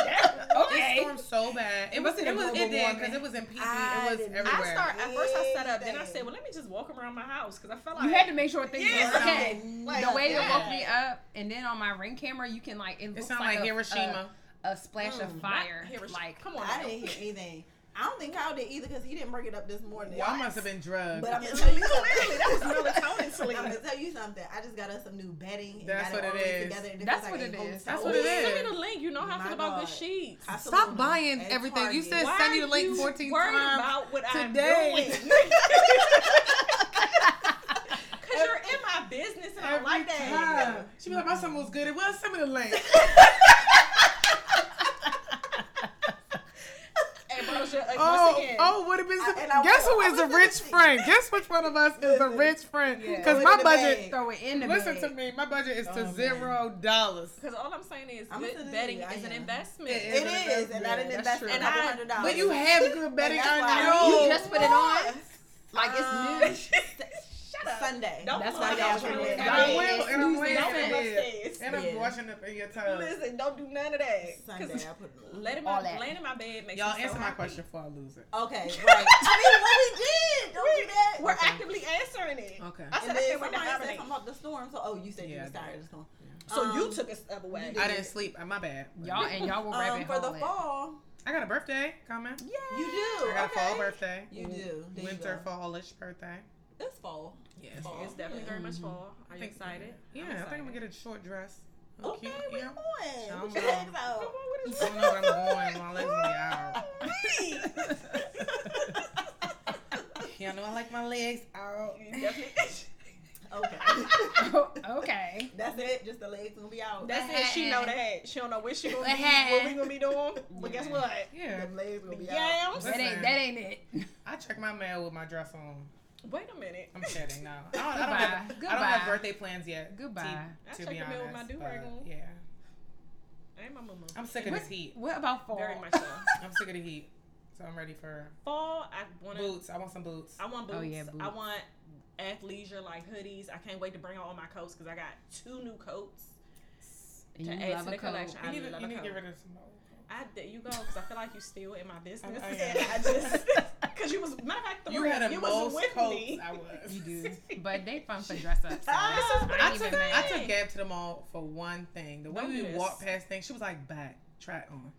Speaker 2: It
Speaker 5: Okay.
Speaker 2: stormed so bad. It was.
Speaker 3: must have
Speaker 2: It was.
Speaker 3: been
Speaker 2: It did
Speaker 3: global
Speaker 2: because it was in PP.
Speaker 3: I
Speaker 2: It was
Speaker 3: didn't- I
Speaker 2: everywhere.
Speaker 4: I start at first. I sat up, then I
Speaker 3: Anything.
Speaker 4: said, "Well, let me just walk around my house because I felt like
Speaker 5: You had to make sure things
Speaker 4: Yeah.
Speaker 5: were okay.
Speaker 3: Like,
Speaker 5: The way you
Speaker 4: Yeah.
Speaker 5: woke me up, and then on my ring camera, you can like it
Speaker 2: It
Speaker 5: looks
Speaker 2: sounded
Speaker 5: like,
Speaker 2: like
Speaker 5: a-
Speaker 2: Hiroshima.
Speaker 5: a, a splash of
Speaker 3: Mm,
Speaker 4: Not
Speaker 5: fire.
Speaker 4: here, Rashawn.
Speaker 5: like
Speaker 4: come on,
Speaker 3: I
Speaker 4: now.
Speaker 3: didn't hear anything. I don't think Kyle did either because he didn't bring it up this morning.
Speaker 2: Y'all must have been drugged.
Speaker 3: But I'm gonna
Speaker 4: Yeah,
Speaker 3: tell you
Speaker 4: clearly,
Speaker 3: something.
Speaker 4: that was melatonin sleep.
Speaker 3: I'm gonna tell you something. I just got us some new bedding. And
Speaker 2: That's
Speaker 3: got
Speaker 2: what
Speaker 3: it,
Speaker 2: it
Speaker 3: all
Speaker 2: is.
Speaker 3: Together and
Speaker 5: That's
Speaker 3: feels
Speaker 5: what
Speaker 3: like
Speaker 5: it
Speaker 3: a
Speaker 5: is.
Speaker 2: That's
Speaker 3: hotel.
Speaker 2: what it is.
Speaker 4: Send me the link. You know how I
Speaker 3: My
Speaker 4: feel about
Speaker 3: God.
Speaker 4: good sheets.
Speaker 3: I feel
Speaker 2: Stop
Speaker 3: like
Speaker 2: buying
Speaker 3: at
Speaker 2: everything. You
Speaker 3: Target.
Speaker 2: said send me the link
Speaker 4: you
Speaker 2: 14
Speaker 4: worried
Speaker 2: times
Speaker 4: about what
Speaker 2: today.
Speaker 4: I'm doing. Cause you're in my business and I don't
Speaker 2: Every
Speaker 4: like that.
Speaker 2: time. She be like, my son was good. It was some of the link.
Speaker 4: Hey, bro, shit, like, once
Speaker 2: Oh,
Speaker 4: again,
Speaker 2: oh, would have been. Some,
Speaker 3: I- and I
Speaker 2: guess who
Speaker 3: will- I
Speaker 2: is the
Speaker 3: will
Speaker 2: rich
Speaker 3: listen.
Speaker 2: friend? Guess which one of us is the
Speaker 3: Listen.
Speaker 2: rich friend?
Speaker 3: Yeah.
Speaker 2: Because
Speaker 3: Throw it
Speaker 2: my
Speaker 3: in the
Speaker 2: budget.
Speaker 3: bag.
Speaker 5: throw it in the
Speaker 2: Listen
Speaker 5: bag.
Speaker 2: to me. My budget is
Speaker 3: Oh,
Speaker 2: to
Speaker 3: man.
Speaker 2: zero dollars.
Speaker 4: Because all I'm saying is
Speaker 3: I'm
Speaker 4: good
Speaker 3: listening to
Speaker 4: betting
Speaker 3: you. I
Speaker 4: is an
Speaker 3: am.
Speaker 4: investment.
Speaker 2: It
Speaker 3: It
Speaker 2: is.
Speaker 3: is, and I didn't
Speaker 5: That's
Speaker 3: invest
Speaker 5: true.
Speaker 3: a
Speaker 5: And
Speaker 3: couple
Speaker 4: I-
Speaker 3: hundred dollars.
Speaker 2: But you have good betting
Speaker 3: that's
Speaker 2: on
Speaker 3: why
Speaker 2: your.
Speaker 5: You just put it on like it's
Speaker 3: Um,
Speaker 5: new.
Speaker 4: Shut up.
Speaker 3: Sunday.
Speaker 4: Don't
Speaker 5: That's
Speaker 4: put
Speaker 5: why
Speaker 4: my
Speaker 5: y'all
Speaker 4: house
Speaker 5: should
Speaker 4: on
Speaker 5: live.
Speaker 4: the
Speaker 5: Y'all
Speaker 4: internet.
Speaker 5: will,
Speaker 2: and I'm
Speaker 4: Don't
Speaker 2: glad
Speaker 4: come
Speaker 2: it is.
Speaker 4: upstairs.
Speaker 2: And
Speaker 3: Yeah.
Speaker 2: I'm washing up in your tub.
Speaker 4: Listen, don't do none of that. 'Cause
Speaker 3: Sunday. I put it on.
Speaker 4: Let him
Speaker 5: All
Speaker 4: out,
Speaker 5: that.
Speaker 4: laying in my bed makes
Speaker 2: Y'all
Speaker 4: me so
Speaker 2: answer my
Speaker 4: happy.
Speaker 2: question before I lose it.
Speaker 3: Okay, right. I mean, what we did. Don't do that.
Speaker 4: We're
Speaker 2: Okay.
Speaker 4: actively answering it.
Speaker 2: Okay.
Speaker 4: I said
Speaker 3: And then
Speaker 4: I can't wait to
Speaker 3: somebody said
Speaker 4: hibernate.
Speaker 3: something about the storm. So, oh, you said you
Speaker 2: Yeah,
Speaker 3: was
Speaker 2: I
Speaker 3: tired
Speaker 2: did.
Speaker 3: of the storm.
Speaker 4: So you
Speaker 3: Um,
Speaker 4: took a step away.
Speaker 2: I didn't sleep. Uh, My bad.
Speaker 5: Y'all and y'all will rabbit
Speaker 3: Um, for the
Speaker 5: hole it.
Speaker 3: fall,
Speaker 2: I got a birthday coming.
Speaker 5: Yeah.
Speaker 3: you do.
Speaker 2: I got a fall
Speaker 3: okay.
Speaker 2: birthday.
Speaker 3: You do. There you
Speaker 2: Winter,
Speaker 3: go.
Speaker 2: fallish birthday.
Speaker 3: This fall.
Speaker 2: Yes.
Speaker 3: Fall.
Speaker 4: It's definitely very much
Speaker 5: Mhm.
Speaker 4: fall. Are you
Speaker 2: think-
Speaker 4: excited?
Speaker 2: Mm-hmm. Yeah,
Speaker 4: I'm
Speaker 2: I think I'm
Speaker 4: excited.
Speaker 2: gonna get a short dress. Look
Speaker 3: Okay,
Speaker 2: cute,
Speaker 3: we're
Speaker 2: yeah.
Speaker 3: going.
Speaker 2: I'm
Speaker 3: Put your legs
Speaker 2: going.
Speaker 4: Come
Speaker 3: out.
Speaker 4: on, what
Speaker 2: I
Speaker 4: is
Speaker 2: don't know where I'm going. My legs will be out.
Speaker 4: Wait.
Speaker 2: Y'all know I like my legs out.
Speaker 4: You definitely.
Speaker 3: Okay.
Speaker 5: okay.
Speaker 3: That's it. Just the legs gonna be out.
Speaker 4: That's it. She know that. She don't know what she gonna
Speaker 5: The
Speaker 4: be, what we
Speaker 5: hat.
Speaker 4: gonna be doing. But guess
Speaker 5: Yeah.
Speaker 4: what?
Speaker 2: Yeah.
Speaker 3: Them legs gonna be out.
Speaker 4: Yams.
Speaker 5: That ain't that ain't it.
Speaker 2: I check my mail with my dress on.
Speaker 4: Wait a minute.
Speaker 2: I'm kidding. No, I don't, I don't have, I
Speaker 5: Goodbye.
Speaker 2: don't have
Speaker 5: Goodbye.
Speaker 2: birthday plans yet.
Speaker 5: Goodbye.
Speaker 4: I
Speaker 2: To, to
Speaker 4: check
Speaker 2: be
Speaker 4: the mail
Speaker 2: honest,
Speaker 4: with my
Speaker 2: but,
Speaker 4: do-rag on.
Speaker 2: Yeah,
Speaker 4: Ain't my mama.
Speaker 2: I'm sick of
Speaker 5: What,
Speaker 2: this heat.
Speaker 5: what about fall?
Speaker 4: Very much so.
Speaker 2: I'm sick of the heat, so I'm ready for
Speaker 4: Fall. I wanna.
Speaker 2: boots. I want some boots.
Speaker 4: I want boots.
Speaker 5: Oh, yeah,
Speaker 4: I
Speaker 5: boots.
Speaker 4: want athleisure like hoodies. I can't wait to bring out all my coats because I got two new coats
Speaker 5: And
Speaker 4: to
Speaker 5: you
Speaker 4: add
Speaker 5: love
Speaker 4: to
Speaker 5: a
Speaker 4: the
Speaker 5: coat.
Speaker 4: collection.
Speaker 2: You
Speaker 4: I
Speaker 2: need,
Speaker 4: do
Speaker 2: to,
Speaker 4: love
Speaker 2: you
Speaker 4: a
Speaker 2: need to
Speaker 4: coat.
Speaker 2: get rid of some.
Speaker 4: I there you go because I feel like you still in my business.
Speaker 2: I am.
Speaker 4: and I just because you was matter of fact the
Speaker 2: You
Speaker 4: one-
Speaker 2: had a
Speaker 4: you was
Speaker 2: most
Speaker 4: with
Speaker 2: coats.
Speaker 4: me.
Speaker 2: I was.
Speaker 5: You do, but they fun for dress up. So
Speaker 4: This is what I
Speaker 5: ain't even
Speaker 4: took-
Speaker 5: mad.
Speaker 2: I took Gab to the mall for one thing. The way
Speaker 4: Don't
Speaker 2: we
Speaker 4: do this.
Speaker 2: walked past things, she was like, "Back, try it on,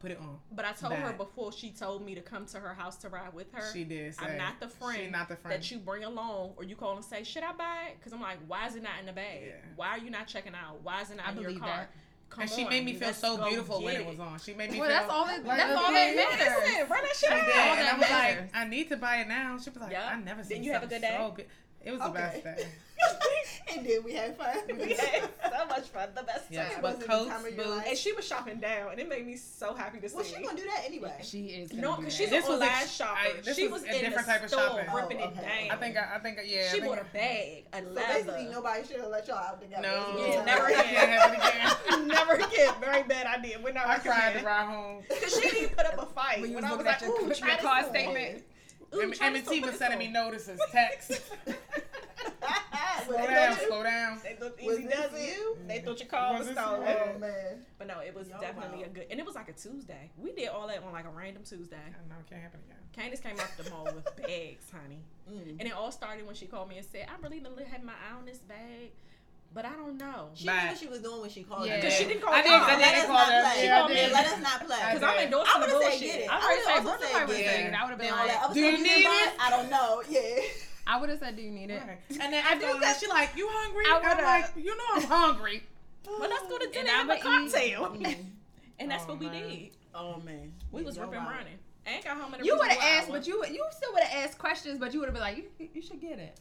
Speaker 2: put it on."
Speaker 4: But I told her
Speaker 2: Bad.
Speaker 4: before she told me to come to her house to ride with her.
Speaker 2: She did. Say,
Speaker 4: I'm not the
Speaker 2: She
Speaker 4: friend,
Speaker 2: not the friend.
Speaker 4: that you bring along, or you call and say, "Should I buy it?" Because I'm like, "Why is it not in the bag?
Speaker 2: Yeah.
Speaker 4: Why are you not checking out? Why is it not
Speaker 5: I
Speaker 4: in your
Speaker 5: believe
Speaker 4: car?"
Speaker 5: that.
Speaker 4: Come
Speaker 2: and she
Speaker 4: on,
Speaker 2: made me feel
Speaker 4: let's
Speaker 2: so
Speaker 4: go
Speaker 2: beautiful when
Speaker 4: get
Speaker 2: it was on. She made me
Speaker 5: Well,
Speaker 2: feel.
Speaker 5: that's all that.
Speaker 2: like,
Speaker 5: that's
Speaker 2: okay.
Speaker 5: all that
Speaker 4: Listen,
Speaker 5: matters.
Speaker 4: run that
Speaker 2: She
Speaker 4: shit
Speaker 2: did.
Speaker 4: out.
Speaker 2: And I'm
Speaker 5: that
Speaker 2: like,
Speaker 5: matters.
Speaker 2: I need to buy it now. She was like,
Speaker 4: Yup.
Speaker 2: I never
Speaker 4: Didn't
Speaker 2: seen
Speaker 4: you have a good
Speaker 2: something
Speaker 4: day?
Speaker 2: So big. It was the best
Speaker 3: Okay.
Speaker 2: day.
Speaker 3: and then we had fun.
Speaker 4: We had so much fun, the best
Speaker 2: Yes,
Speaker 4: time.
Speaker 2: but
Speaker 3: Was it the
Speaker 2: coats,
Speaker 3: time of your
Speaker 2: boots.
Speaker 3: life?
Speaker 4: And she was shopping down, and it made me so happy to see.
Speaker 3: Well, she gonna do that anyway.
Speaker 5: She is.
Speaker 4: no,
Speaker 5: because
Speaker 4: because she's
Speaker 2: This
Speaker 4: an
Speaker 2: was
Speaker 4: online
Speaker 2: ex-
Speaker 4: shopper.
Speaker 2: I- this
Speaker 4: she
Speaker 2: was
Speaker 4: was
Speaker 2: a
Speaker 4: in
Speaker 2: different
Speaker 4: the
Speaker 2: type of
Speaker 4: store
Speaker 2: shopping.
Speaker 4: ripping
Speaker 3: Oh, okay.
Speaker 4: it
Speaker 2: I
Speaker 4: down.
Speaker 2: think. I, I think. Yeah. I
Speaker 4: she
Speaker 2: think-
Speaker 4: bought a bag, a
Speaker 3: so
Speaker 4: leather.
Speaker 3: basically, nobody should have let y'all out together.
Speaker 2: No. never
Speaker 4: Yeah, never
Speaker 2: again.
Speaker 4: again.
Speaker 2: Have it again.
Speaker 4: Never again. Very bad idea. We're not
Speaker 2: I cried the
Speaker 4: recommending.
Speaker 2: ride home.
Speaker 4: Cause she didn't put up a fight.
Speaker 5: When
Speaker 4: When,
Speaker 5: you was
Speaker 4: I was
Speaker 5: looking at
Speaker 4: like,
Speaker 5: your-
Speaker 4: ooh,
Speaker 5: your
Speaker 4: try this
Speaker 5: card
Speaker 4: on.
Speaker 5: statement.
Speaker 4: Ooh,
Speaker 2: M-
Speaker 4: try
Speaker 2: M&T
Speaker 4: this on, put
Speaker 2: was
Speaker 4: this
Speaker 2: sending me
Speaker 4: on.
Speaker 2: notices, texts.
Speaker 3: slow
Speaker 2: slow down, slow down.
Speaker 4: They thought
Speaker 3: Was
Speaker 4: easy
Speaker 3: this
Speaker 4: does it.
Speaker 3: you?
Speaker 4: They thought your car
Speaker 2: Was
Speaker 4: was
Speaker 2: this
Speaker 4: stolen.
Speaker 2: you?
Speaker 3: Oh man.
Speaker 4: But no, it was
Speaker 3: Yo,
Speaker 4: definitely
Speaker 3: wow.
Speaker 4: a good, and it was like a Tuesday. We did all that on like a random Tuesday.
Speaker 2: I don't know, it can't happen again.
Speaker 4: Candace came off the mall with bags, honey,
Speaker 3: Mm.
Speaker 4: and it all started when she called me and said, "I'm really been li- having my eye on this bag, but I don't know."
Speaker 3: She
Speaker 2: Bye.
Speaker 3: knew what she was doing when she called.
Speaker 5: Yeah.
Speaker 3: you.
Speaker 4: Cause she didn't call
Speaker 2: I
Speaker 4: me.
Speaker 2: did. I
Speaker 3: Let
Speaker 2: did
Speaker 3: us
Speaker 2: call
Speaker 3: not
Speaker 2: her.
Speaker 3: play.
Speaker 4: She
Speaker 2: Yeah,
Speaker 4: called
Speaker 2: I
Speaker 4: me.
Speaker 2: did.
Speaker 3: Let us not play.
Speaker 2: I
Speaker 4: Cause I'm
Speaker 2: did.
Speaker 4: endorsing
Speaker 3: I
Speaker 4: the
Speaker 3: would've said get
Speaker 4: bullshit.
Speaker 3: it.
Speaker 4: I already
Speaker 3: I
Speaker 4: said
Speaker 3: would've
Speaker 4: Brooklyn
Speaker 3: said
Speaker 4: was
Speaker 3: get it.
Speaker 4: saying,
Speaker 5: I would have
Speaker 3: Then
Speaker 5: been
Speaker 3: all that
Speaker 5: like,
Speaker 3: other
Speaker 2: do
Speaker 3: stuff
Speaker 2: you
Speaker 3: you
Speaker 2: need
Speaker 3: didn't buy,
Speaker 2: it?
Speaker 3: I don't know. Yeah.
Speaker 5: I would have said, "Do you need it?"
Speaker 2: Right. And then after all that, she like, you hungry?
Speaker 5: I
Speaker 2: I'm
Speaker 5: would've-
Speaker 2: like, you know I'm hungry.
Speaker 4: "Well, let's go to dinner
Speaker 5: I
Speaker 4: and have a
Speaker 5: would eat.
Speaker 4: cocktail,"
Speaker 3: Mm.
Speaker 4: and that's
Speaker 2: Oh,
Speaker 4: what we
Speaker 2: man.
Speaker 4: did.
Speaker 3: Oh man.
Speaker 4: We was
Speaker 3: Yo,
Speaker 4: ripping
Speaker 3: wow.
Speaker 4: running. And got home in a
Speaker 5: You would
Speaker 4: reasonable
Speaker 5: have asked,
Speaker 4: hour.
Speaker 5: but you you still would have asked questions, but you would have been like, "You- "You you should get it."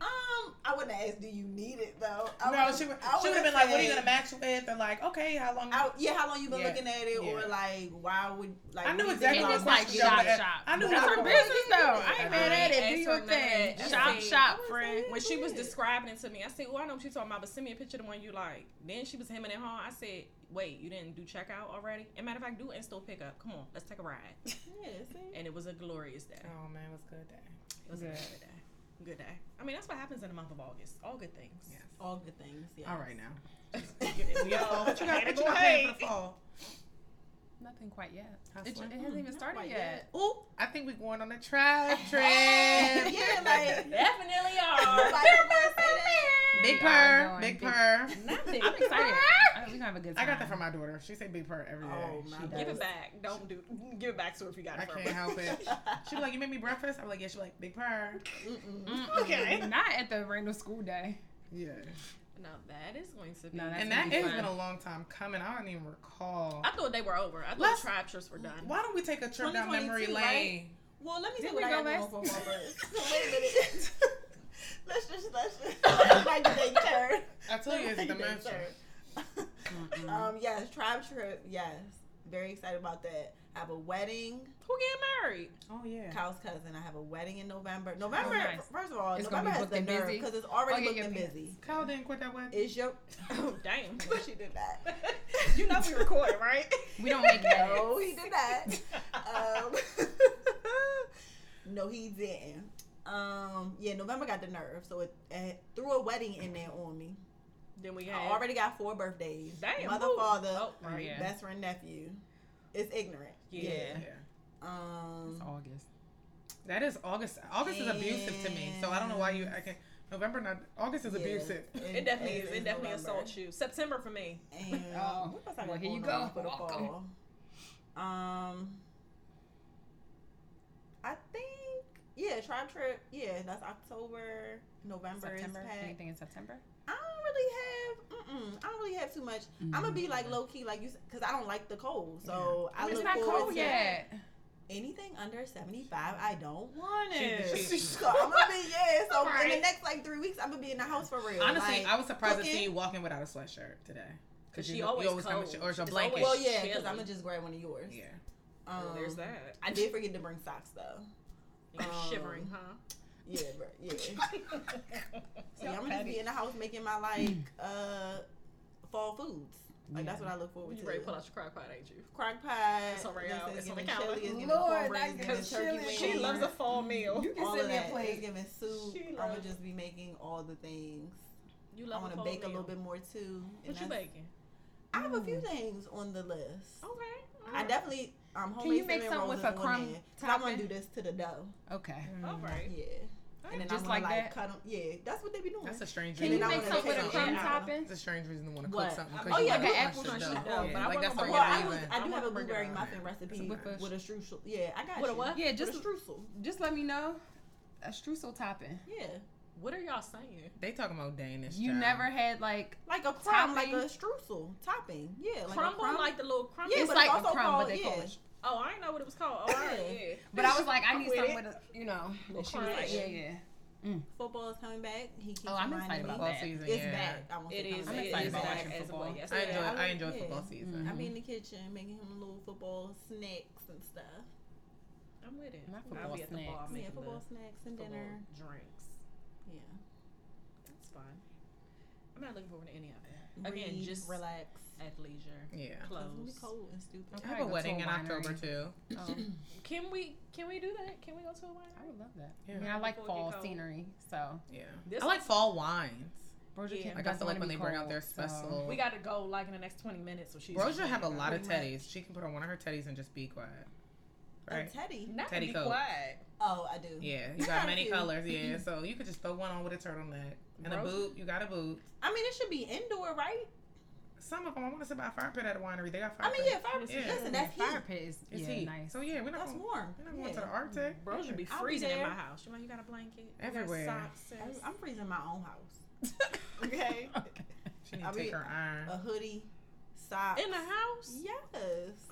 Speaker 3: Um, I wouldn't ask. Do you need it though? I
Speaker 2: No,
Speaker 3: would've-
Speaker 2: she would.
Speaker 3: I
Speaker 2: She would
Speaker 3: would've
Speaker 2: have been like, what are you
Speaker 3: said-
Speaker 2: gonna match with? They're like, okay, how long?
Speaker 3: I, yeah, how long you been
Speaker 2: Yeah.
Speaker 3: looking at it,
Speaker 2: Yeah.
Speaker 3: or like, why would like?
Speaker 2: I knew
Speaker 3: we
Speaker 2: exactly
Speaker 3: think
Speaker 5: It
Speaker 2: what
Speaker 5: was
Speaker 3: about
Speaker 5: like
Speaker 2: question
Speaker 3: that.
Speaker 5: shop,
Speaker 2: that-
Speaker 5: shop.
Speaker 2: I knew
Speaker 5: That's
Speaker 2: what
Speaker 5: her
Speaker 2: question
Speaker 5: business though. I
Speaker 2: I
Speaker 5: ain't mad at
Speaker 4: ain't
Speaker 5: it. Do
Speaker 4: asked her
Speaker 5: your
Speaker 4: none of
Speaker 5: thing.
Speaker 4: that.
Speaker 5: Shop,
Speaker 4: That's it.
Speaker 5: shop,
Speaker 3: That's
Speaker 5: friend.
Speaker 3: it.
Speaker 4: when she was
Speaker 3: Shit.
Speaker 4: describing it to me, I said, "Well, I know what you're talking about, but send me a picture of the one you like." Then she was hemming and hawing. I said, "Wait, you didn't do checkout already?" And matter of fact, do in store pickup. Come on, let's take a ride.
Speaker 3: Yeah, see?
Speaker 4: And it was a glorious day.
Speaker 2: Oh man, it was a good day.
Speaker 4: It was a
Speaker 5: Good.
Speaker 4: good day. Good day. I mean, that's what happens in the month of August. All good things.
Speaker 2: Yes.
Speaker 3: All good things. Yeah.
Speaker 2: All right now.
Speaker 4: Yo,
Speaker 2: We got fall. What you got?
Speaker 4: I
Speaker 2: What
Speaker 4: had to
Speaker 2: you
Speaker 4: go
Speaker 2: got planned for
Speaker 4: ahead.
Speaker 2: the fall?
Speaker 5: Nothing quite yet.
Speaker 2: Hustling.
Speaker 5: It, it
Speaker 2: Mm,
Speaker 5: hasn't even
Speaker 3: not
Speaker 5: started
Speaker 3: quite
Speaker 5: yet.
Speaker 2: Ooh, I think we're going on a tribe
Speaker 3: Yeah,
Speaker 2: trip.
Speaker 3: like
Speaker 4: Definitely are.
Speaker 3: nobody would say that.
Speaker 2: Big
Speaker 5: We are
Speaker 2: purr,
Speaker 5: going
Speaker 2: big
Speaker 5: big-
Speaker 2: purr.
Speaker 4: Nothing.
Speaker 5: I'm excited. I think we're Uh, gonna have a good
Speaker 2: I
Speaker 5: time.
Speaker 2: got that from my daughter. She said big purr every day.
Speaker 3: Oh, my
Speaker 2: She-
Speaker 3: God.
Speaker 4: Give it back. Don't do. Give it back to her if you got
Speaker 2: I
Speaker 4: it. from
Speaker 2: can't
Speaker 4: her.
Speaker 2: help it. She be like, "You made me breakfast." I'm like, "Yeah." She be like, "Big purr."
Speaker 3: Mm-mm.
Speaker 5: Mm-mm.
Speaker 4: Okay.
Speaker 5: Not at the random school day.
Speaker 2: Yeah.
Speaker 4: Now that is going to be.
Speaker 5: No, that's
Speaker 2: and
Speaker 5: gonna
Speaker 2: that
Speaker 5: be
Speaker 2: has
Speaker 5: fun.
Speaker 2: been a long time coming. I don't even recall.
Speaker 4: I thought they were over. I thought
Speaker 2: Let's-
Speaker 4: tribe trips were done.
Speaker 2: Why don't we take a trip down memory
Speaker 3: 2022,
Speaker 2: lane?
Speaker 3: right? Well, let me see
Speaker 5: Didn't
Speaker 3: what
Speaker 5: we
Speaker 3: I
Speaker 5: go last-
Speaker 3: got going for my first. Wait a minute. let's just let's just let's not get that turn.
Speaker 2: I told you it's a
Speaker 3: Let's not get
Speaker 2: dimension.
Speaker 3: that turn. um, yes, tribe trip. Yes, very excited about that. I have a wedding.
Speaker 4: Who getting married?
Speaker 2: Oh yeah.
Speaker 3: Kyle's cousin. I have a wedding in November. November.
Speaker 5: Oh, nice.
Speaker 3: First of all,
Speaker 5: It's gonna
Speaker 3: November
Speaker 5: be
Speaker 3: has
Speaker 5: booked
Speaker 3: the
Speaker 5: and
Speaker 3: nerve
Speaker 5: busy.
Speaker 3: because it's already
Speaker 5: Oh, yeah,
Speaker 3: booked
Speaker 5: yeah,
Speaker 3: and
Speaker 5: yeah.
Speaker 3: busy.
Speaker 2: Kyle didn't quit that wedding.
Speaker 3: Is your
Speaker 4: Oh, damn.
Speaker 3: she did not.
Speaker 4: you know we recorded, right?
Speaker 5: We don't make edits.
Speaker 3: No, he did not.
Speaker 2: Oh,
Speaker 3: um, no, he didn't. Um, yeah, November got the nerve, so it, it threw a wedding in there on me.
Speaker 4: Then we
Speaker 3: I
Speaker 4: had
Speaker 3: already got four birthdays.
Speaker 4: damn
Speaker 3: Mother,
Speaker 4: who?
Speaker 3: father,
Speaker 4: Oh, right.
Speaker 5: Yeah.
Speaker 3: best friend, nephew. It's ignorant.
Speaker 4: Yeah.
Speaker 5: It's
Speaker 3: Um,
Speaker 5: August.
Speaker 2: That is August. August is abusive to me, so I don't know why you. I can November not. August is
Speaker 3: yeah,
Speaker 2: abusive.
Speaker 3: and-
Speaker 4: It definitely
Speaker 3: and
Speaker 4: is.
Speaker 3: it's
Speaker 4: It definitely
Speaker 3: November.
Speaker 4: assaults you. September for me.
Speaker 3: And
Speaker 5: Oh,
Speaker 3: what else I
Speaker 5: well,
Speaker 3: got
Speaker 5: here you
Speaker 3: going on
Speaker 5: go.
Speaker 3: for the
Speaker 5: Welcome.
Speaker 3: fall? Um, I think yeah, tribe trip. Yeah, that's October, November
Speaker 5: September.
Speaker 3: is packed.
Speaker 5: Anything in September?
Speaker 3: I don't really have. Mm-mm, I don't really have too much. I'm gonna be like low key, like you, because I don't like the cold. So I
Speaker 5: it's
Speaker 3: look
Speaker 5: not
Speaker 3: forward
Speaker 5: cold
Speaker 3: to-
Speaker 5: yet.
Speaker 3: anything under 75, I don't want it.
Speaker 4: She- she-
Speaker 3: so I'm going to be, yeah. So in the
Speaker 4: Alright.
Speaker 3: next like three weeks, I'm going to be in the house for real.
Speaker 2: Honestly,
Speaker 3: Like,
Speaker 2: I was surprised to
Speaker 3: cooking.
Speaker 2: see you walking without a sweatshirt today.
Speaker 4: Because
Speaker 2: you
Speaker 4: she
Speaker 2: know- you
Speaker 4: always,
Speaker 2: always come
Speaker 4: cold.
Speaker 2: with your- or it's a
Speaker 4: It's
Speaker 2: blanket.
Speaker 4: always
Speaker 3: Well, yeah, because
Speaker 4: chilly.
Speaker 3: I'm going to just grab one of yours.
Speaker 2: Yeah.
Speaker 3: Um,
Speaker 4: Well, there's that.
Speaker 3: I did forget to bring socks, though.
Speaker 4: You're
Speaker 3: um,
Speaker 4: shivering, huh?
Speaker 3: Yeah, bro. Yeah. So I'm gonna just be in the house making my like uh fall foods. Like that's what I look forward
Speaker 4: You
Speaker 3: to.
Speaker 4: ready to pull out your crock pot, ain't you?
Speaker 3: Crock pot.
Speaker 4: It's all right,
Speaker 3: this
Speaker 4: y'all.
Speaker 3: is
Speaker 4: It's on
Speaker 3: giving
Speaker 4: the counter.
Speaker 3: chili, it's giving
Speaker 6: Lord,
Speaker 3: cornbread,
Speaker 6: that's
Speaker 3: it's giving
Speaker 6: good
Speaker 3: turkey
Speaker 6: chili.
Speaker 3: wings,
Speaker 4: She loves a fall meal.
Speaker 6: You can
Speaker 3: all
Speaker 6: send
Speaker 3: of
Speaker 6: me a
Speaker 3: that. It's
Speaker 6: plate.
Speaker 3: giving soup.
Speaker 4: She
Speaker 3: I'm gonna
Speaker 4: loves-
Speaker 3: just be making all the things.
Speaker 4: You
Speaker 3: I
Speaker 4: love
Speaker 3: want to
Speaker 4: fall
Speaker 3: bake a
Speaker 4: meal.
Speaker 3: little bit more too. and
Speaker 4: What you
Speaker 3: that's-
Speaker 4: baking?
Speaker 3: I have a few
Speaker 5: Mm.
Speaker 3: things on the list.
Speaker 4: Okay.
Speaker 3: I definitely um homemade
Speaker 5: you make
Speaker 3: cinnamon
Speaker 5: something
Speaker 3: rolls
Speaker 5: with a
Speaker 3: is on
Speaker 5: crumb
Speaker 3: there, 'cause I want to
Speaker 5: topping?
Speaker 3: do this to the dough.
Speaker 5: Okay.
Speaker 4: All right.
Speaker 3: Yeah. And then
Speaker 5: Just
Speaker 3: I'm gonna
Speaker 5: like that?
Speaker 3: like cut them. Yeah, that's what they be doing.
Speaker 2: That's a strange
Speaker 3: Can
Speaker 5: Can you
Speaker 2: reason.
Speaker 3: then I
Speaker 5: make
Speaker 3: wanna
Speaker 5: something
Speaker 3: take
Speaker 5: with a
Speaker 3: some
Speaker 5: crumb
Speaker 3: shit out.
Speaker 5: topping?
Speaker 2: It's a strange reason to want to cook
Speaker 3: What?
Speaker 2: something.
Speaker 4: Oh,
Speaker 2: 'cause you
Speaker 4: yeah,
Speaker 2: don't
Speaker 4: like an
Speaker 2: want
Speaker 4: apple
Speaker 2: to
Speaker 4: crunch.
Speaker 2: stuff.
Speaker 4: No, but I
Speaker 2: like
Speaker 4: wanna
Speaker 2: that's the only
Speaker 4: bring
Speaker 3: Well,
Speaker 4: it
Speaker 3: I,
Speaker 4: out.
Speaker 3: was,
Speaker 2: reason.
Speaker 4: I
Speaker 3: I do
Speaker 4: wanna
Speaker 3: have a
Speaker 4: bring it
Speaker 3: blueberry
Speaker 4: out.
Speaker 3: muffin recipe
Speaker 5: with a-
Speaker 3: with a streusel. Yeah, I got
Speaker 4: With a
Speaker 3: you.
Speaker 4: what?
Speaker 5: Yeah,
Speaker 3: With a
Speaker 5: just
Speaker 3: streusel.
Speaker 5: just let me know. A streusel topping.
Speaker 3: Yeah,
Speaker 4: What are y'all saying?
Speaker 2: They talking about Danish.
Speaker 5: You
Speaker 2: child.
Speaker 5: never had like
Speaker 3: like a crumb, like
Speaker 5: Topping.
Speaker 3: a streusel topping. Yeah, like
Speaker 4: crumble,
Speaker 3: a crumb.
Speaker 4: like the little crumble.
Speaker 3: yeah,
Speaker 5: it's
Speaker 3: but
Speaker 5: like
Speaker 3: it's
Speaker 5: a
Speaker 3: also
Speaker 5: crumb, but
Speaker 3: called,
Speaker 5: they call
Speaker 3: yeah.
Speaker 5: it. sh-
Speaker 4: Oh, I didn't know what it was called. Oh, all right, yeah.
Speaker 5: But I was like, I
Speaker 4: I'm
Speaker 5: need
Speaker 4: with
Speaker 5: something
Speaker 4: it.
Speaker 5: with a, you know. And she was
Speaker 4: crunch.
Speaker 5: like, yeah, yeah.
Speaker 3: Football is coming back. He keeps
Speaker 5: Oh, I'm
Speaker 3: reminding
Speaker 5: excited
Speaker 3: me.
Speaker 5: about
Speaker 2: Football
Speaker 5: that.
Speaker 2: season.
Speaker 3: It's
Speaker 2: yeah.
Speaker 3: back. I won't say
Speaker 4: It is.
Speaker 2: I'm
Speaker 3: coming
Speaker 4: it
Speaker 2: excited
Speaker 4: is
Speaker 2: about
Speaker 4: back
Speaker 2: watching
Speaker 4: as
Speaker 2: football.
Speaker 4: well. Yes,
Speaker 2: I enjoy.
Speaker 4: it is.
Speaker 2: I
Speaker 3: Yeah, I Mm-hmm.
Speaker 2: enjoy
Speaker 3: would-
Speaker 2: football
Speaker 3: yeah.
Speaker 2: season.
Speaker 3: I be in the kitchen making him little football snacks and stuff.
Speaker 4: I'm with it.
Speaker 5: My
Speaker 4: I'll
Speaker 5: football
Speaker 4: be at the bar
Speaker 5: snacks.
Speaker 3: Yeah,
Speaker 4: making
Speaker 3: football
Speaker 4: the
Speaker 3: snacks and
Speaker 4: football
Speaker 3: dinner.
Speaker 4: drinks.
Speaker 3: Yeah.
Speaker 4: That's fine. I'm not looking forward to any of it. Again,
Speaker 3: Read,
Speaker 4: just
Speaker 3: relax.
Speaker 4: at leisure.
Speaker 2: Yeah.
Speaker 3: It's gonna be
Speaker 4: Clothes.
Speaker 3: cold and stupid.
Speaker 2: I have a
Speaker 5: Probably go to
Speaker 2: wedding
Speaker 5: a
Speaker 2: in October
Speaker 5: winery.
Speaker 2: too.
Speaker 5: Oh,
Speaker 4: Can we can we do that? Can we go to a winery?
Speaker 5: I would love that.
Speaker 2: Yeah.
Speaker 5: I mean, I like
Speaker 4: Before it get
Speaker 5: fall
Speaker 4: cold.
Speaker 5: scenery, so.
Speaker 2: Yeah.
Speaker 4: This
Speaker 2: I like
Speaker 4: is-
Speaker 2: fall wines.
Speaker 5: Broger
Speaker 4: Yeah.
Speaker 5: Camp
Speaker 2: Like I
Speaker 5: doesn't
Speaker 2: feel like
Speaker 5: wanna
Speaker 2: when
Speaker 5: be
Speaker 2: they bring out
Speaker 5: cold,
Speaker 2: their
Speaker 5: so-
Speaker 2: special.
Speaker 4: We gotta go like in the next twenty minutes. So she's.
Speaker 2: Roja have a lot of teddies.
Speaker 3: Pretty much.
Speaker 2: She can put on one of her teddies and just be quiet.
Speaker 3: A
Speaker 2: Right.
Speaker 3: teddy.
Speaker 4: Not
Speaker 2: Teddy
Speaker 4: to be
Speaker 2: coats.
Speaker 4: quiet.
Speaker 3: Oh, I do.
Speaker 2: Yeah, you got many
Speaker 3: Cute.
Speaker 2: colors. Yeah, so you could just throw one on with a turtleneck and a
Speaker 4: Rosa-
Speaker 2: boot. You got a boot.
Speaker 3: I mean, it should be indoor, right?
Speaker 2: Some of them I want to sit by a fire pit at a winery. They got fire.
Speaker 3: I mean,
Speaker 2: pit.
Speaker 3: yeah, fire.
Speaker 2: Yeah.
Speaker 3: Listen,
Speaker 5: Yeah,
Speaker 3: that's
Speaker 5: fire
Speaker 3: heat.
Speaker 5: pit is
Speaker 2: it's
Speaker 5: yeah,
Speaker 2: heat.
Speaker 5: nice.
Speaker 2: So yeah, we're not
Speaker 3: That's
Speaker 2: going.
Speaker 3: warm.
Speaker 2: We're not going
Speaker 3: Yeah.
Speaker 2: to the Arctic.
Speaker 4: Bro, should be
Speaker 3: I'll be
Speaker 4: freezing in
Speaker 3: there.
Speaker 4: my house. You, know, you got a blanket. You
Speaker 2: Everywhere.
Speaker 4: Got socks. sis.
Speaker 3: I'm- I'm freezing my own house. okay.
Speaker 2: She need
Speaker 3: I'll
Speaker 2: to
Speaker 3: be-
Speaker 2: take her iron.
Speaker 3: A hoodie, socks.
Speaker 4: in the house.
Speaker 3: Yes.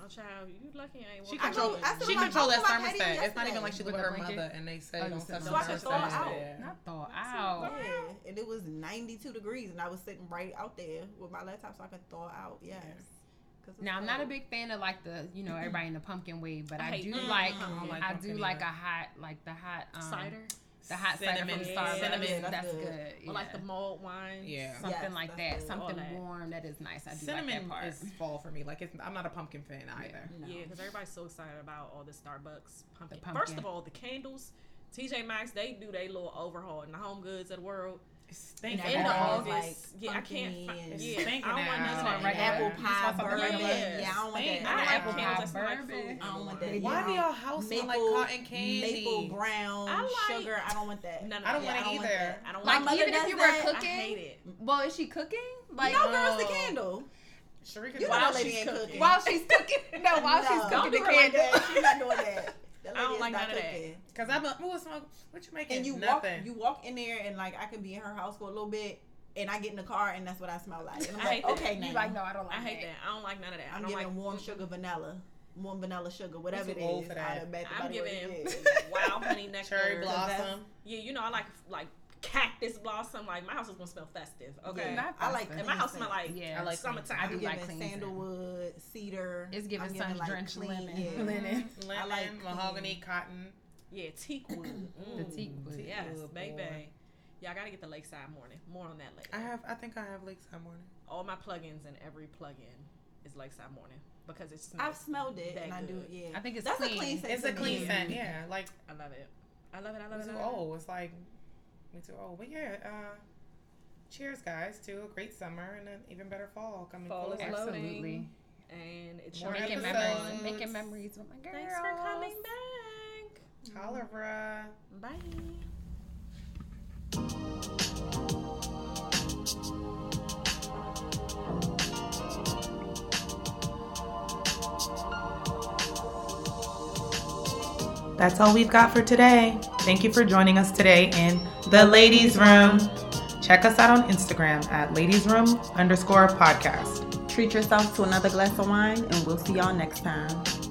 Speaker 4: Oh, child, you lucky I ain't.
Speaker 2: She
Speaker 4: walking
Speaker 2: control.
Speaker 4: in.
Speaker 3: I said
Speaker 2: She
Speaker 3: to my-
Speaker 2: control
Speaker 3: I
Speaker 2: that
Speaker 3: told my daddy
Speaker 2: thermostat. It's not
Speaker 3: yesterday.
Speaker 2: even like she
Speaker 5: With
Speaker 2: lived with
Speaker 5: the
Speaker 2: her
Speaker 5: blanket?
Speaker 2: mother and they say
Speaker 5: Oh, you
Speaker 2: don't
Speaker 5: said
Speaker 2: touch
Speaker 5: so
Speaker 2: the
Speaker 3: I could thaw
Speaker 2: thermostat.
Speaker 3: out.
Speaker 2: Yeah.
Speaker 5: Not thaw
Speaker 3: Yeah,
Speaker 5: out.
Speaker 3: and it was 92 degrees, and I was sitting right out there with my laptop so I could thaw out. Yes. 'Cause it's
Speaker 5: Now I'm not a
Speaker 3: cold.
Speaker 5: big fan of like the you know everybody in the pumpkin wave, but
Speaker 4: I
Speaker 5: I,
Speaker 4: hate
Speaker 5: do
Speaker 4: pumpkin.
Speaker 5: like
Speaker 2: I don't like
Speaker 5: I
Speaker 2: pumpkin
Speaker 5: do like
Speaker 2: either.
Speaker 5: a hot like the hot um,
Speaker 4: cider
Speaker 5: the hot
Speaker 2: Cinnamon.
Speaker 5: cider from Starbucks.
Speaker 2: Cinnamon.
Speaker 5: That's,
Speaker 3: That's
Speaker 5: good.
Speaker 3: good.
Speaker 5: Yeah.
Speaker 4: or like the mulled wine.
Speaker 2: Yeah.
Speaker 5: something
Speaker 3: Yes,
Speaker 5: like that,
Speaker 3: that's good.
Speaker 5: something
Speaker 4: All that.
Speaker 5: warm that is nice. I do like that
Speaker 2: Cinnamon
Speaker 5: part.
Speaker 2: is fall for me. Like it's, I'm not a pumpkin fan either.
Speaker 3: No.
Speaker 4: Yeah, because everybody's so excited about all the Starbucks pumpkin.
Speaker 5: The
Speaker 4: First of
Speaker 5: pumpkin.
Speaker 4: all, the candles. TJ Maxx, they do they little overhaul in the Home Goods of the world.
Speaker 2: It's stinking.
Speaker 3: That
Speaker 4: In
Speaker 3: all
Speaker 2: out.
Speaker 4: August,
Speaker 3: like
Speaker 4: yeah, I
Speaker 3: pumpkin
Speaker 4: can't. fi-
Speaker 3: and-
Speaker 4: yeah, I
Speaker 2: Stinking
Speaker 4: don't want
Speaker 2: out.
Speaker 4: none of
Speaker 5: Right
Speaker 4: that.
Speaker 5: now.
Speaker 3: Apple
Speaker 5: Yeah.
Speaker 3: pie
Speaker 2: Just want
Speaker 3: bourbon.
Speaker 4: something regular.
Speaker 3: Yeah, I don't want
Speaker 2: Stinking.
Speaker 3: that.
Speaker 4: I
Speaker 5: Yeah,
Speaker 4: like
Speaker 5: apple
Speaker 4: candles.
Speaker 5: pie
Speaker 4: That's not like
Speaker 5: bourbon.
Speaker 4: food.
Speaker 3: I don't want
Speaker 5: Yeah.
Speaker 3: that.
Speaker 2: Why do
Speaker 3: y'all?
Speaker 2: y'all house smell like
Speaker 3: Maple-
Speaker 2: cotton candy?
Speaker 3: Maple brown
Speaker 4: I like-
Speaker 3: sugar. I don't want that.
Speaker 4: No, no,
Speaker 2: I don't
Speaker 4: yeah,
Speaker 2: want
Speaker 3: I don't
Speaker 2: it
Speaker 3: want
Speaker 2: either.
Speaker 3: that.
Speaker 4: I don't
Speaker 3: My
Speaker 4: want
Speaker 5: like
Speaker 3: mother
Speaker 5: even if
Speaker 3: does
Speaker 5: you were
Speaker 3: that, I
Speaker 4: it.
Speaker 5: cooking,
Speaker 4: I hate it.
Speaker 5: well, is she cooking? Like
Speaker 3: no, girls, the
Speaker 2: No.
Speaker 3: candle.
Speaker 2: Sharika,
Speaker 3: You know
Speaker 4: While
Speaker 3: that lady
Speaker 4: she's
Speaker 3: ain't
Speaker 4: cooking.
Speaker 3: cooking.
Speaker 5: while she's cooking, no, while she's
Speaker 3: No,
Speaker 5: cooking
Speaker 3: don't
Speaker 5: the
Speaker 3: do her like
Speaker 5: candle.
Speaker 3: that. She's not doing that. That
Speaker 4: I don't
Speaker 3: lady is
Speaker 4: like
Speaker 3: not
Speaker 4: none of that.
Speaker 3: cooking.
Speaker 2: Because I'm a, ooh, it's my, what you making?
Speaker 3: and you
Speaker 2: Nothing.
Speaker 3: walk you walk in there and like I can be in her house for a little bit and I get in the car and that's what I smell like. And I'm
Speaker 4: I
Speaker 3: like,
Speaker 4: hate that.
Speaker 3: okay,
Speaker 5: You
Speaker 3: now
Speaker 5: like, no, I don't like
Speaker 4: I hate that. I don't like none of that. I
Speaker 3: I'm
Speaker 4: don't
Speaker 3: giving
Speaker 4: like
Speaker 3: warm sugar vanilla, warm vanilla sugar, whatever
Speaker 2: too
Speaker 3: it
Speaker 2: old
Speaker 3: is.
Speaker 2: for that.
Speaker 3: I'd bet the
Speaker 4: I'm
Speaker 3: body
Speaker 4: giving
Speaker 3: weight is.
Speaker 4: wild honey nectar.
Speaker 2: cherry
Speaker 3: that's-
Speaker 2: blossom.
Speaker 4: Yeah, you know I like like cactus blossom. Like my house is gonna smell festive. Okay,
Speaker 5: Yeah.
Speaker 3: I like
Speaker 5: And
Speaker 4: and my
Speaker 3: clean
Speaker 4: house smell
Speaker 3: scents.
Speaker 4: like
Speaker 5: Yeah. I
Speaker 4: yeah,
Speaker 5: like I
Speaker 4: summertime.
Speaker 5: do
Speaker 3: I'm
Speaker 5: like
Speaker 3: giving
Speaker 5: clean scent.
Speaker 3: sandalwood, cedar.
Speaker 5: It's giving
Speaker 3: I'm giving, like,
Speaker 5: sun-drenched
Speaker 3: clean,
Speaker 5: lemon.
Speaker 3: yeah.
Speaker 5: Linen.
Speaker 2: Mm-hmm. Lemon,
Speaker 3: like
Speaker 2: mahogany, cotton.
Speaker 4: yeah, teak wood. Mm.
Speaker 5: The teak wood.
Speaker 2: teak
Speaker 4: Yes,
Speaker 2: wood,
Speaker 4: baby.
Speaker 2: boy.
Speaker 4: Y'all gotta get the lakeside morning. More on that later.
Speaker 2: I have. I think I have lakeside morning.
Speaker 4: All my plugins and every plugin is lakeside morning because it
Speaker 3: I've
Speaker 4: smells.
Speaker 3: smelled it
Speaker 4: That
Speaker 3: and I do
Speaker 4: good.
Speaker 3: yeah.
Speaker 5: I think it's
Speaker 3: that's a
Speaker 5: clean.
Speaker 3: clean scent.
Speaker 2: It's a
Speaker 3: to
Speaker 2: clean
Speaker 3: me.
Speaker 2: scent. Yeah, like
Speaker 4: I love it. I love it. I love
Speaker 2: we
Speaker 4: it. I
Speaker 2: too
Speaker 4: love it.
Speaker 2: old. It's like we too old. But yeah. uh Cheers, guys, to a great summer and an even better fall coming.
Speaker 4: Fall
Speaker 2: forward.
Speaker 4: is low.
Speaker 5: Absolutely.
Speaker 4: And it's
Speaker 2: More
Speaker 4: your
Speaker 5: Making
Speaker 2: episodes.
Speaker 5: memories. Making memories with my girls.
Speaker 4: Thanks for coming back.
Speaker 2: Cholera.
Speaker 4: Bye.
Speaker 2: That's all we've got for today. Thank you for joining us today in the Ladies Room. Check us out on Instagram at Ladies Room underscore podcast.
Speaker 3: Treat yourself to another glass of wine and we'll see y'all next time.